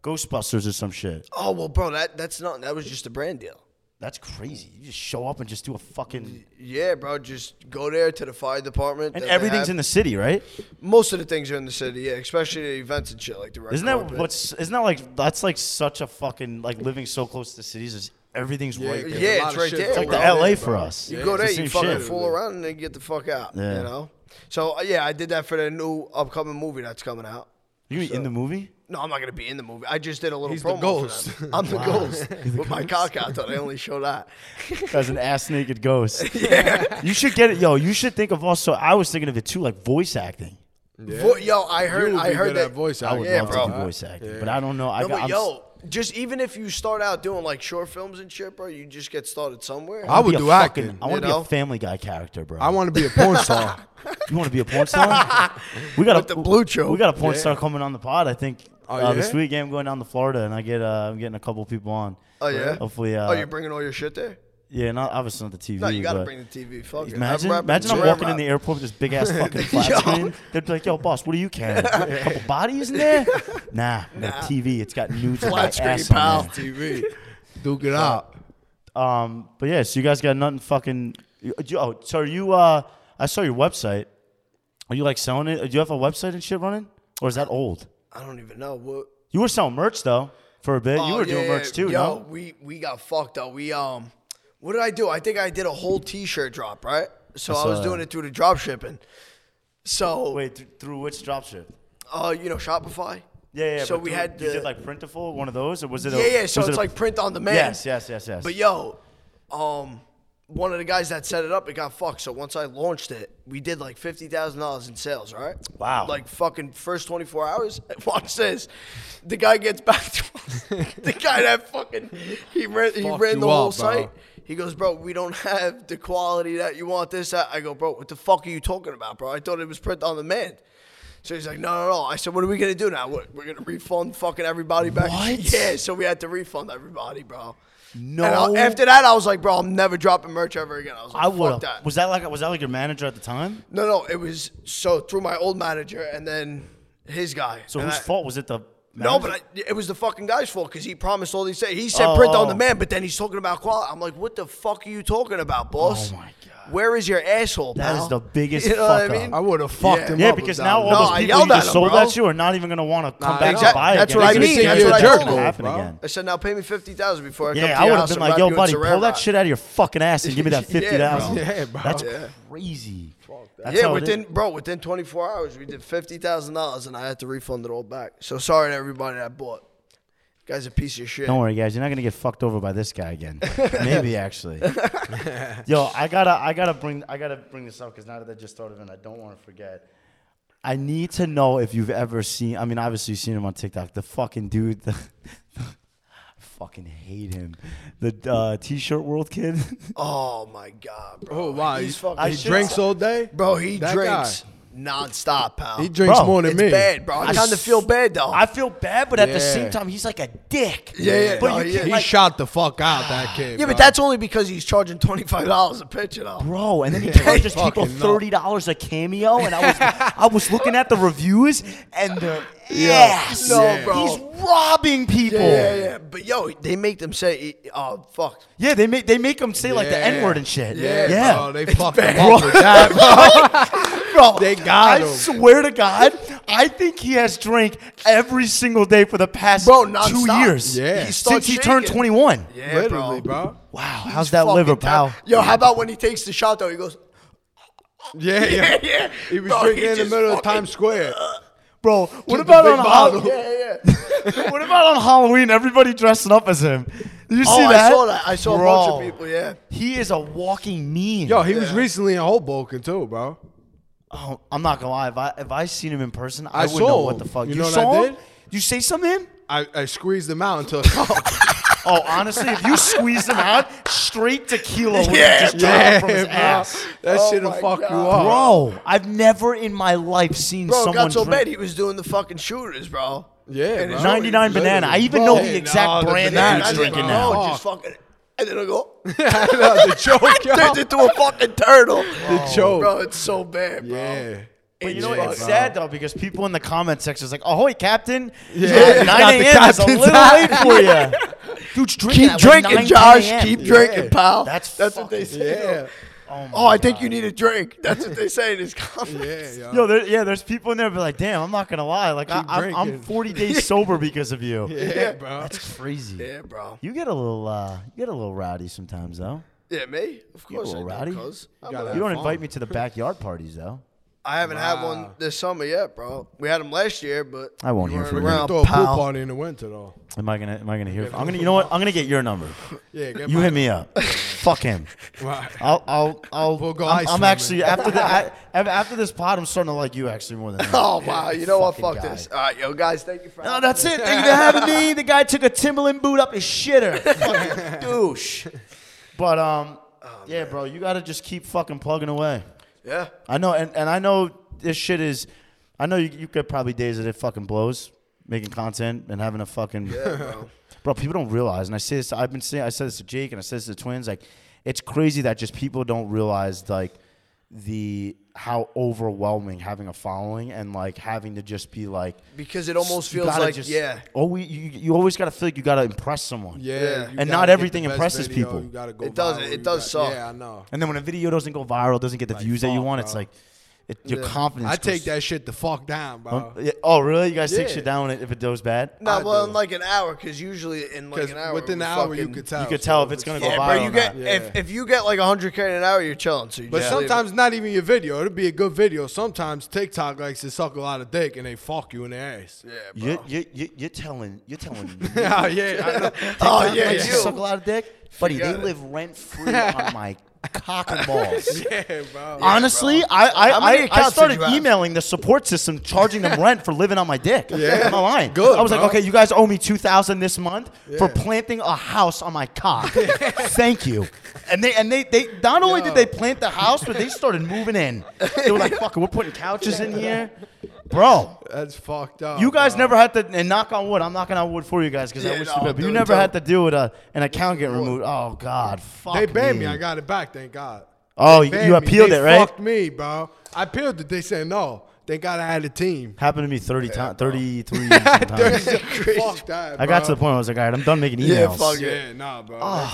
Ghostbusters or some shit
Oh well, bro, that that's not that was just a brand deal.
that's crazy you just show up and just do a fucking
Yeah, bro, just go there to the fire department.
and everything's in the city right
Most of the things are in the city, yeah, especially the events and shit like the. red
isn't that
carpet.
what's isn't that like that's like such a fucking like living so close to cities is everything's right there.
yeah,
a lot
it's
of
right
shit
there,
it's
that's
like
bro.
the
going on.
L.A. for us
You
Yeah,
go
It's the
there, you
same
fucking
shit.
fool around, and then get the fuck out.
Yeah.
You know. So uh, yeah, I did that for the new upcoming movie that's coming out.
you in the movie
No, I'm not gonna be in the movie. I just did a little
He's the
promo
ghost.
for them. I'm the ghost with my cock out. Though they only show that.
as an ass naked ghost you should get it yo you should think of also I was thinking of it too like voice acting.
Yeah.
Vo- Yo, I heard.
You would
I
be
heard
good
that
at voice
I would
acting,
love
bro.
to do voice acting, but I don't know. I
No,
got,
but
I'm,
yo, just even if you start out doing like short films and shit, bro, you just get started somewhere.
I
wanna
would
be a
do
fucking-
acting,
I want to
you
be
know?
a Family Guy character, bro.
I want to be a porn star.
you want to be a porn star? we got
With the blue choke.
We got a porn star coming on the pod. I think
Oh,
uh, this
yeah?
week I'm going down to Florida, and I get uh, I'm getting a couple people on.
oh yeah.
Hopefully, uh,
oh, you're bringing all your shit there?
yeah, not obviously not the TV.
No, you gotta
but-
bring the uh, TV. Fuck it.
Imagine,
I'm
imagine I'm
rapping
walking in
rap.
the airport with this big ass fucking flat
Yo.
screen. They'd be like, "Yo, boss, what do you carrying? A couple bodies in there? Nah, nah. TV. It's got nudes of my
Flat screen,
ass on
pal.
there.
TV, duke it out.
Um,
But yeah, so you guys got nothing fucking. you- you- Oh, so are you? Uh, I saw your website. Are you like selling it? Do you have a website and shit running, or is that old?
I don't even know what.
You were selling merch though for a bit. you
Oh,
were doing
yeah,
merch too,
Yo,
no?
we we got fucked up. We um, what did I do? I think I did a whole T-shirt drop, right? So I,
saw
was
that.
doing it through the drop shipping. So
Wait, th- through which dropship?
uh, you know Shopify.
Yeah, yeah.
So
but
we
through-
had
you
the-
did like printful, one of those, or was it?
Yeah,
a,
yeah. So
was it
it's
a-
like print on demand.
yes, yes, yes, yes.
But yo, um, one of the guys that set it up, it got fucked. So once I launched it, we did like fifty thousand dollars in sales, right?
Wow.
Like fucking first twenty four hours. Watch this. The guy gets back to us. the guy that fucking he ran he
Fucked
ran
you
the whole
up, bro.
site. He goes, bro, we don't have the quality that you want. This, that. I go, bro, what the fuck are you talking about, bro? I thought it was print on demand. So he's like, no, no, no. I said, what are we gonna do now? What, we're gonna refund fucking everybody back?
What?
Yeah. So we had to refund everybody, bro.
no.
And I- after that, I was like, bro, I'm never dropping merch ever again. I was like,
I
fuck
would.
that.
Was that like was that like your manager at the time?
no, no, it was so through my old manager and then his guy.
So
And
whose
I-
fault was it? The
No,
manager?
but I, it was the fucking guy's fault because he promised all these things. He said
Oh,
print
oh.
on demand, but then he's talking about quality. I'm like, what the fuck are you talking about, boss?
Oh, my God.
Where is your asshole,
That
pal?
is the biggest
You know what
fuck
I
up.
mean?
I would have fucked
Yeah.
him
Yeah,
up
because
with
now
that.
all
No,
those
I
people you
yelled at
just
him,
sold
bro.
at you are not even going to want to come
Nah,
back
exact-
and buy
that's
again.
what I
It's
mean.
gonna
That's what I
happen
told him.
happen
Bro.
again.
I said, now pay me fifty thousand before I come
Yeah,
to
I
your
would have
house
been
and
like,
wrap
"Yo,
you in
buddy,
saran
pull that
wrap."
shit out of your fucking ass and give me that
Yeah, bro.
fifty thousand.
Yeah, bro.
That's
Yeah.
crazy. That's
Yeah,
how it is.
within bro, within 24 hours, we did fifty thousand dollars, and I had to refund it all back. So sorry to everybody that bought. Guy's a piece of shit.
Don't worry, guys. You're not gonna get fucked over by this guy again. Maybe actually. Yo, I gotta, I gotta bring, I gotta bring this up because now that I just thought of it, I don't want to forget. I need to know if you've ever seen. I mean, obviously you've seen him on TikTok. The fucking dude. The, I fucking hate him. The uh, t-shirt world kid.
Oh my god, bro.
Oh wow,
he's
he-
fucking.
he drinks all day,
bro, he
That
drinks
guy.
nonstop, pal.
He drinks
Bro,
more than
It's
me.
bad, bro. I kind of feel bad though.
I feel bad, but at the
Yeah.
same time, he's like a dick.
Oh. Yeah, yeah,
But
no,
you
he
can't
He
like,
shot the fuck out that kid.
yeah,
bro.
but that's only because he's charging twenty five dollars a picture, though.
bro. And then he charges people
Fucking no.
thirty dollars a cameo, and I was I was looking at the reviews and the ass.
No, Yeah. bro.
He's robbing people.
Yeah, yeah,
Yeah,
yeah. But yo, they make them say, "Oh fuck."
they make they make him say like the
Yeah.
N word and shit.
yeah, bro, they fucked him
bad.
up with that, bro.
Bro,
They got
I
him.
swear to God, I think he has drank every single day for the past
Bro,
two
nonstop.
years.
Yeah. He
since
starts
he turned
shaking.
twenty one.
Yeah,
Literally, bro.
Wow,
He's
how's that
fucking
liver,
terrible.
pal?
Yo, how about when he takes the shot though? He goes,
Yeah, yeah.
yeah.
He was
Bro, he
drinking in the
just
middle of
fucking-
Times Square.
Bro, what
the
about
big
on
bottle.
Halloween?
"Yeah, yeah."
What about on Halloween? Everybody dressing up as him. Did you see
oh,
that?
I saw that. I saw a bunch
Bro.
of people. Yeah.
He is a walking meme.
Yo, he was
Yeah.
recently in Hoboken too, bro.
oh, I'm not gonna lie. If I if I seen him in person, I,
I
wouldn't know
saw
what
him.
the fuck.
You know what
saw
I
him?
did?
You say something? to him?
I, I squeezed him out until. I
Oh, honestly, if you squeezed him out, straight tequila would
Yeah,
just drop
yeah,
from his
bro.
ass.
That
Oh
shit'll
my
fuck you
God.
up.
Bro, I've never in my life seen
Bro, it
someone
got so
drink
bad he was doing the fucking shooters, bro.
Yeah,
And his
bro.
own-
99
Literally.
banana. I even
Bro.
know
Yeah,
the exact
no, the
brand
banana
that
Yeah,
he's
is
drinking
like,
now.
oh.
No, just fucking. And then I go.
I know, the joke, yo.
Turns into a fucking turtle. The
joke.
Bro, it's so bad, bro.
Yeah.
Oh. But you
It's
know what? It's
fucked
sad though because people in the comment section is like, "Ahoy, Captain!" Yeah,
Yeah.
9
Got the
a.m. is a
captain's
little
hat.
late for you. Dude's drinking. at,
Keep
like,
drinking,
9,
Josh.
10
Keep
a.m.
drinking, pal.
That's
that's what they
fucking-
say.
Yeah.
Oh, my
Oh, I think you need a drink. That's what they say in his comments.
Yeah, yo.
Yo, there, yeah, there's people in there be like, "Damn, I'm not gonna lie. Like, I,
Keep
I'm, I'm
drinking.
40 days sober because of you.
yeah, bro.
That's crazy.
Yeah, bro.
You get a little, uh, you get a little rowdy sometimes though.
Yeah, me? Of course
little
I
rowdy.
do, cuz. I'm
gotta
a-
You don't
fun.
invite me to the backyard parties though.
I haven't had one this summer yet, bro. We had them last year, but
I won't
you
hear
weren't
from you.
We're gonna
around,
throw a pool
pal.
party in the winter though.
Am I gonna, am I gonna hear? I'm gonna, you know what? I'm gonna get your number.
Yeah, get
You
my-
hit me up. Fuck him.
Right.
I'll, I'll, I'll.
We'll go
I'm,
ice
I'm
swimming.
actually after the I, after this pod, I'm starting to like you actually more than. Him.
Oh wow, you know what?
Fucking
Fuck
guy.
this. All right, yo guys, thank you for.
No, that's it. Thank you for having me. The guy took a Timberland boot up his shitter. Fucking douche.
But um,
Oh,
yeah, bro, you gotta just keep fucking plugging away.
yeah.
I know, and, and I know this shit is. I know you, you get probably days that it fucking blows making content and having a fucking.
Yeah, bro.
Bro, people don't realize, and I say this. I've been saying. I said this to Jake, and I said this to the twins. Like, it's crazy that just people don't realize like the how overwhelming having a following and like having to just be like.
Because it almost
you
feels
gotta
like
just-
yeah.
Always, you, you always gotta feel like you gotta impress someone.
Yeah.
Yeah.
you
And
gotta
not
get
everything
the best
impresses
video,
people.
You gotta go
It does-
viral,
it
you
does
gotta-
suck.
Yeah, I know.
And then when a video doesn't go viral, doesn't get the views that you
fuck,
want,
bro.
it's like it, your confidence.
I take
goes-
that shit the fuck down, bro.
Yeah, Oh, really? You guys take
Yeah.
shit down when it, if it goes bad?
No,
I
well,
do.
in like an hour, because usually in like
Because
an hour.
within an
we
hour, you
fucking-
could tell.
You could tell if it's gonna go
Yeah,
viral.
bro,
or
you get
not.
if, if you get like 100k in an hour, you're chilling. So you
But
just leave it.
sometimes not even your video. It'll be a good video. Sometimes TikTok likes to suck a lot of dick and they fuck you in the ass.
yeah, bro.
You you you you're telling you're telling me.
oh yeah. I know.
oh
yeah,
yeah,
like, you
you.
suck a lot of dick, buddy. They
Forget it.
Live rent free on my cock and balls.
yeah, bro.
Honestly, I
How
I,
many
I, I
accounts did
started
you have?
emailing the support system, charging them rent for living on my dick. Yeah, I'm not lying.
Good,
I was
bro.
like, okay, you guys owe me two thousand this month for
Yeah.
planting a house on my cock. Thank you. And they and they, they not only did they plant the house, but they started moving in. They were like, fuck, it, we're putting couches in here, bro.
That's fucked up.
You guys
bro.
never had to, and knock on wood, I'm knocking on wood for you guys because I
Yeah,
wish
no,
to bet, but you
dude,
never
don't.
had to deal with a, an account getting removed. Oh, God. Fuck.
They banned me.
me.
I got it back. Thank God.
Oh, you,
Banned
you
me.
appealed
They
it, right?
Fucked me, bro. I appealed it. They said no. Thank God I had a team.
Happened to me 30 times, 33 times.
Fuck that. Bro.
I got to Ah. the point where I was like, all right, I'm done making emails.
Yeah, fuck.
Yeah, nah, bro.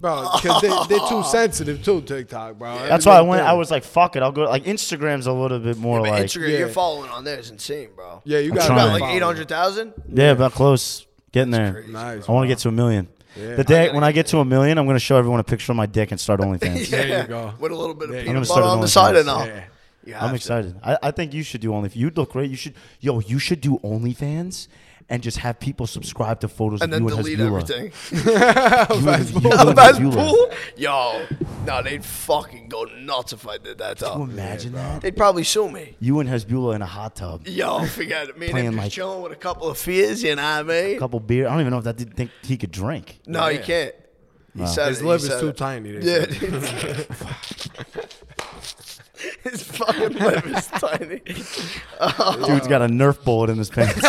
Bro, because they, they're too sensitive too, TikTok, bro.
That's why I went, I was like, fuck it. I'll go, like, Instagram's a little bit more
But
like,
Instagram,
yeah.
you're following on there. It's insane, bro.
Yeah, you
I'm
got,
trying.
got like
follow.
800,000.
yeah, about close. Getting there.
Nice.
I want to get to a million.
Yeah.
The day when I get to a million, I'm going to show everyone a picture of my dick and start OnlyFans.
There you go.
With a little bit of
There you
peanut
go.
butter
I'm
on
gonna
the
start
side
an
and all.
Yeah.
You have
I'm
to.
excited. I, I think you should do OnlyFans. You look great. You should, yo, you should do OnlyFans and just have people subscribe to photos
And
of
then
you and
delete
Hezbollah.
everything.
You and- you
Oh,
and
that's
Hezbollah.
cool. Yo, no, they'd fucking go nuts if I did that.
Can you
Though.
imagine that?
They'd probably sue me.
You and Hezbollah in a hot tub.
Yo, forget it. Me and
Playing
him just
like-
chilling with a couple of fears, you know what I mean?
A couple beer. I don't even know if that did think he could drink.
No, you can't. He said
His
it, he
liver's
said
too
it.
tiny. they
Yeah.
said.
His fucking liver's tiny.
Dude's got a Nerf bullet in his pants.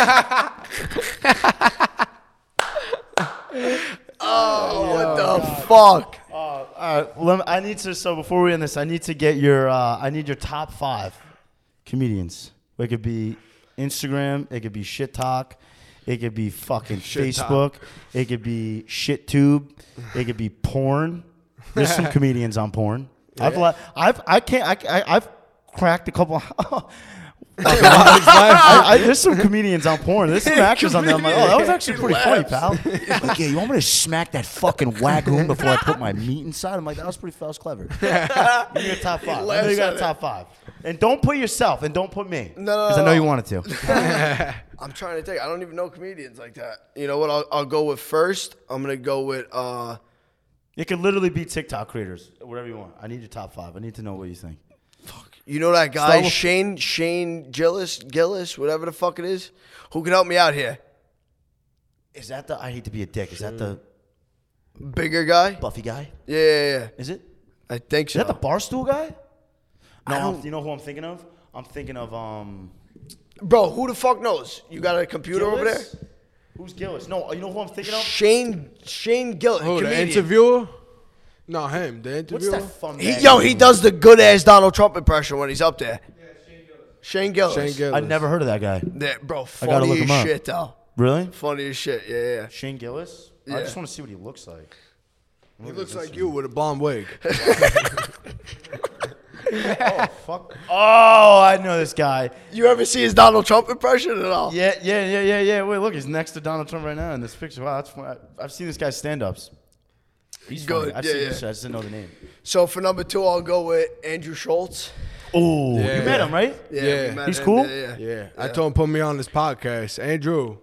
Oh,
What the fuck?
All right, lem- I need to. So before we end this, I need to get your. Uh, I need your top five comedians. It could be Instagram. It could be shit talk. It could be fucking
Shit talk.
Facebook. It could be shit tube. It could be porn. There's some comedians on porn. I've li- I've I can't I, I I've cracked a couple. oh, I, I, there's some comedians on porn. There's some actors on there. I'm like, oh, that was actually pretty funny, pal. Like, yeah, you want me to smack that fucking wagoon before I put my meat inside? I'm like, that was pretty that was clever. you need a top five. I know you got a top five. And don't put yourself and don't put me.
No, no,
Because I know
no.
you wanted to.
I'm trying to think. I don't even know comedians like that. You know what? I'll, I'll go with first. I'm gonna go with uh,
It could literally be TikTok creators, whatever you want. I need your top five. I need to know what you think.
you know that
Start
guy
with-
Shane Shane Gillis Gillis whatever the fuck it is. Who can help me out here?
Is that the, I hate to be a dick, is that the
Bigger guy?
Buffy guy?
Yeah, yeah, yeah.
Is it?
I think
Is
so.
that the barstool guy? No,
I
I'm-
don't-
you know who I'm thinking of? I'm thinking of, um,
Bro, who the fuck knows? You got a computer over there?
Gillis? Who's Gillis? No, you know who I'm thinking of?
Shane Shane Gillis.
Who, the
comedian.
interviewer? No, him. The
What's
interviewer.
that fun
He,
bag?
yo, he does the good ass Donald Trump impression when he's up there. Shane Gillis.
Shane
I
Gillis.
never heard of that guy.
That- bro,
gotta look
funny
him up.
as shit though.
Really?
Funny as shit. Yeah, yeah.
Shane Gillis? I
Yeah.
just want to see what he looks like.
He looks like you with a blonde wig.
Oh, fuck. Oh, I know this guy.
You ever see his Donald Trump impression at all?
Yeah, yeah, yeah, yeah, yeah. Wait, look, he's next to Donald Trump right now in this picture. Wow, that's fun. I- I've seen this guy's stand ups. He's
Good,
good. I've
yeah,
seen
yeah.
this shit. I just didn't know the name.
So for number two, I'll go with Andrew Schultz.
Oh,
Yeah.
you met him, right?
Yeah,
Yeah.
we met
He's
him.
cool?
Yeah, yeah.
Yeah. I told him put me on this podcast. Andrew.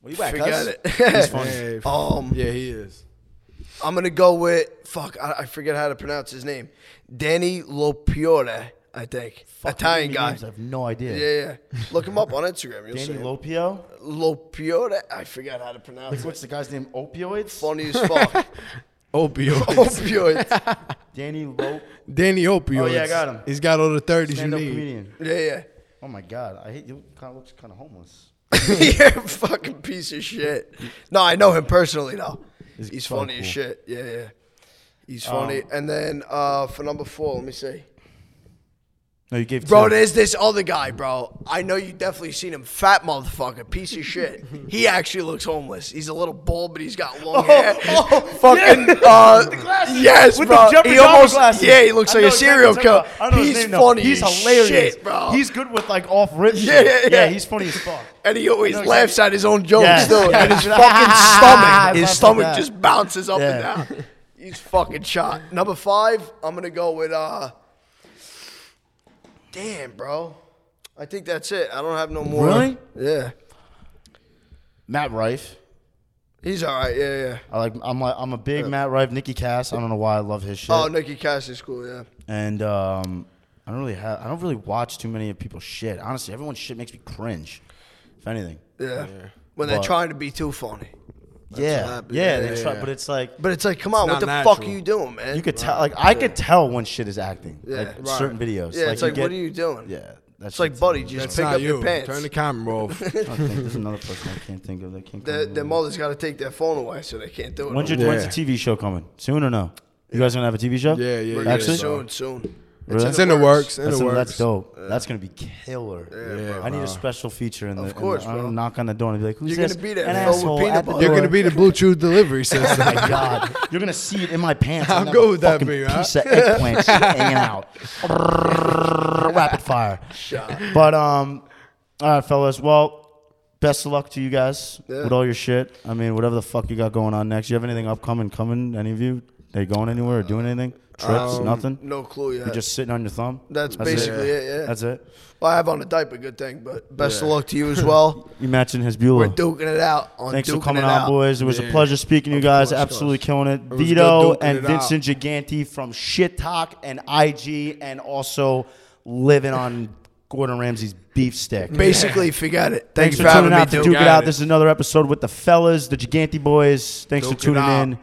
Well, you back,
Forget
cuz.
it.
Funny.
Hey, f-
Oh, um,
yeah, he is.
I'm gonna go with fuck. I, I forget how to pronounce his name. Danny Lopiore, I think. Italian guy.
I have no idea.
Yeah, yeah. Look him up on Instagram. You'll see
Danny
him.
Lopio.
Lopiore. I forgot how to pronounce it.
What's the guy's name? Opioids.
Funny as fuck.
Opioids.
Opioids. Yeah,
Danny Lop.
Danny Opioids.
Oh, yeah, I got him.
He's got all the 30s you
Stand up
need.
comedian.
yeah.
Oh my god, I hate you. Kind of looks kind of homeless.
You're a fucking piece of shit. No, I know him personally though. He's, funny as shit. Yeah, yeah. He's funny. and then uh, for number four, let me see.
No, you gave.
Bro,
two.
there's this other guy, bro. I know you definitely seen him. Fat motherfucker, piece of shit. He actually looks homeless. He's a little bald, but he's got
Oh,
long hair. fucking uh, yes,
With the
bro.
jumping
he
java
almost
glasses.
yeah, he looks
I
like
know
a
exactly
serial
what you're
killer.
talking about. I know his
He's
name, though.
funny.
He's
as
hilarious,
shit, bro.
He's good with like off rip.
Yeah,
shit.
yeah, yeah.
He's funny as fuck.
And he always laughs at his own jokes
Yeah.
too. And his
Yeah.
fucking stomach, his
Fuck
stomach
that.
just bounces up
Yeah.
and down. He's fucking shot. Number five, I'm gonna go with uh. Damn, bro. I think that's it. I don't have no more.
Really?
Yeah.
Matt Rife.
He's all right. Yeah, yeah.
I like. I'm like. I'm a big Matt Rife. Nikki Cass. I don't know why I love his shit.
Oh, Nicky Cassidy's cool. Yeah.
and um, I don't really have. I don't really watch too many of people's shit. Honestly, everyone's shit makes me cringe. If anything.
Yeah. When they're
But-
trying to be too funny. what
yeah.
happened.
Yeah.
Yeah,
they
yeah,
try,
yeah.
But it's like.
But it's like, come on,
It's
what the
not
fuck are
natural.
you doing, man?
You could tell, like I could tell when shit is acting,
Yeah.
like
Right.
certain videos.
yeah, it's
you
like, what
get-
are you doing?
Yeah, that's
It's like, buddy, just
That's
pick
not
up
you.
your pants.
Turn the camera off.
I think there's another person I can't think of that can't.
their,
come
their mother's got to take their phone away, so they can't do it.
When's your
Yeah.
when's the TV show coming? Soon or no? You guys gonna have a TV show?
Yeah, yeah,
We're
yeah.
gonna
Actually?
soon, soon.
Really?
It's in the works. Uh, In
That's,
the works.
that's dope. that's gonna be killer.
Yeah,
I need
bro.
a special feature in the.
Of course,
in the, I'm
bro.
gonna knock on the door and be like, "Who's
You're
this?"
gonna be there
An
filled with
asshole
peanut
at the
butter.
You're
door.
gonna be the Bluetooth delivery
Oh
system.
my god! You're gonna see it in my pants.
How
I'm
good would that be, huh?
Piece of eggplant shit hanging out. Rapid fire.
Shot.
But um, all right, fellas. Well, best of luck to you guys
Yeah.
with all your shit. I mean, whatever the fuck you got going on next. You have anything upcoming? Coming? Any of you? They going anywhere or doing anything? Trips? nothing?
No clue yet.
You're just sitting on your thumb.
that's, basically
It.
it. Yeah.
That's it.
well, I have on a diaper, good thing. But best of luck to you as well.
You matching his Bueller.
We're duking it out. On
Thanks for
Duking
coming
It
on,
Out.
boys. It was a
Yeah.
pleasure speaking to you
Of
guys.
course,
Absolutely
guys.
killing it.
was
Vito
good duking
and
it
Vincent Giganti from Shit Talk and IG, and also living on Gordon Ramsay's beef stick.
Basically, forget it. Thank
Thanks
you
for
for having
tuning
me,
out to
dude.
Duke It
Got
Out.
it.
This is another episode with the fellas, the Giganti boys. Thanks
Duke
for
it
tuning
out.
in.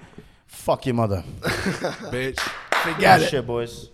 Fuck your mother.
bitch.
Forget it.
Shit, boys.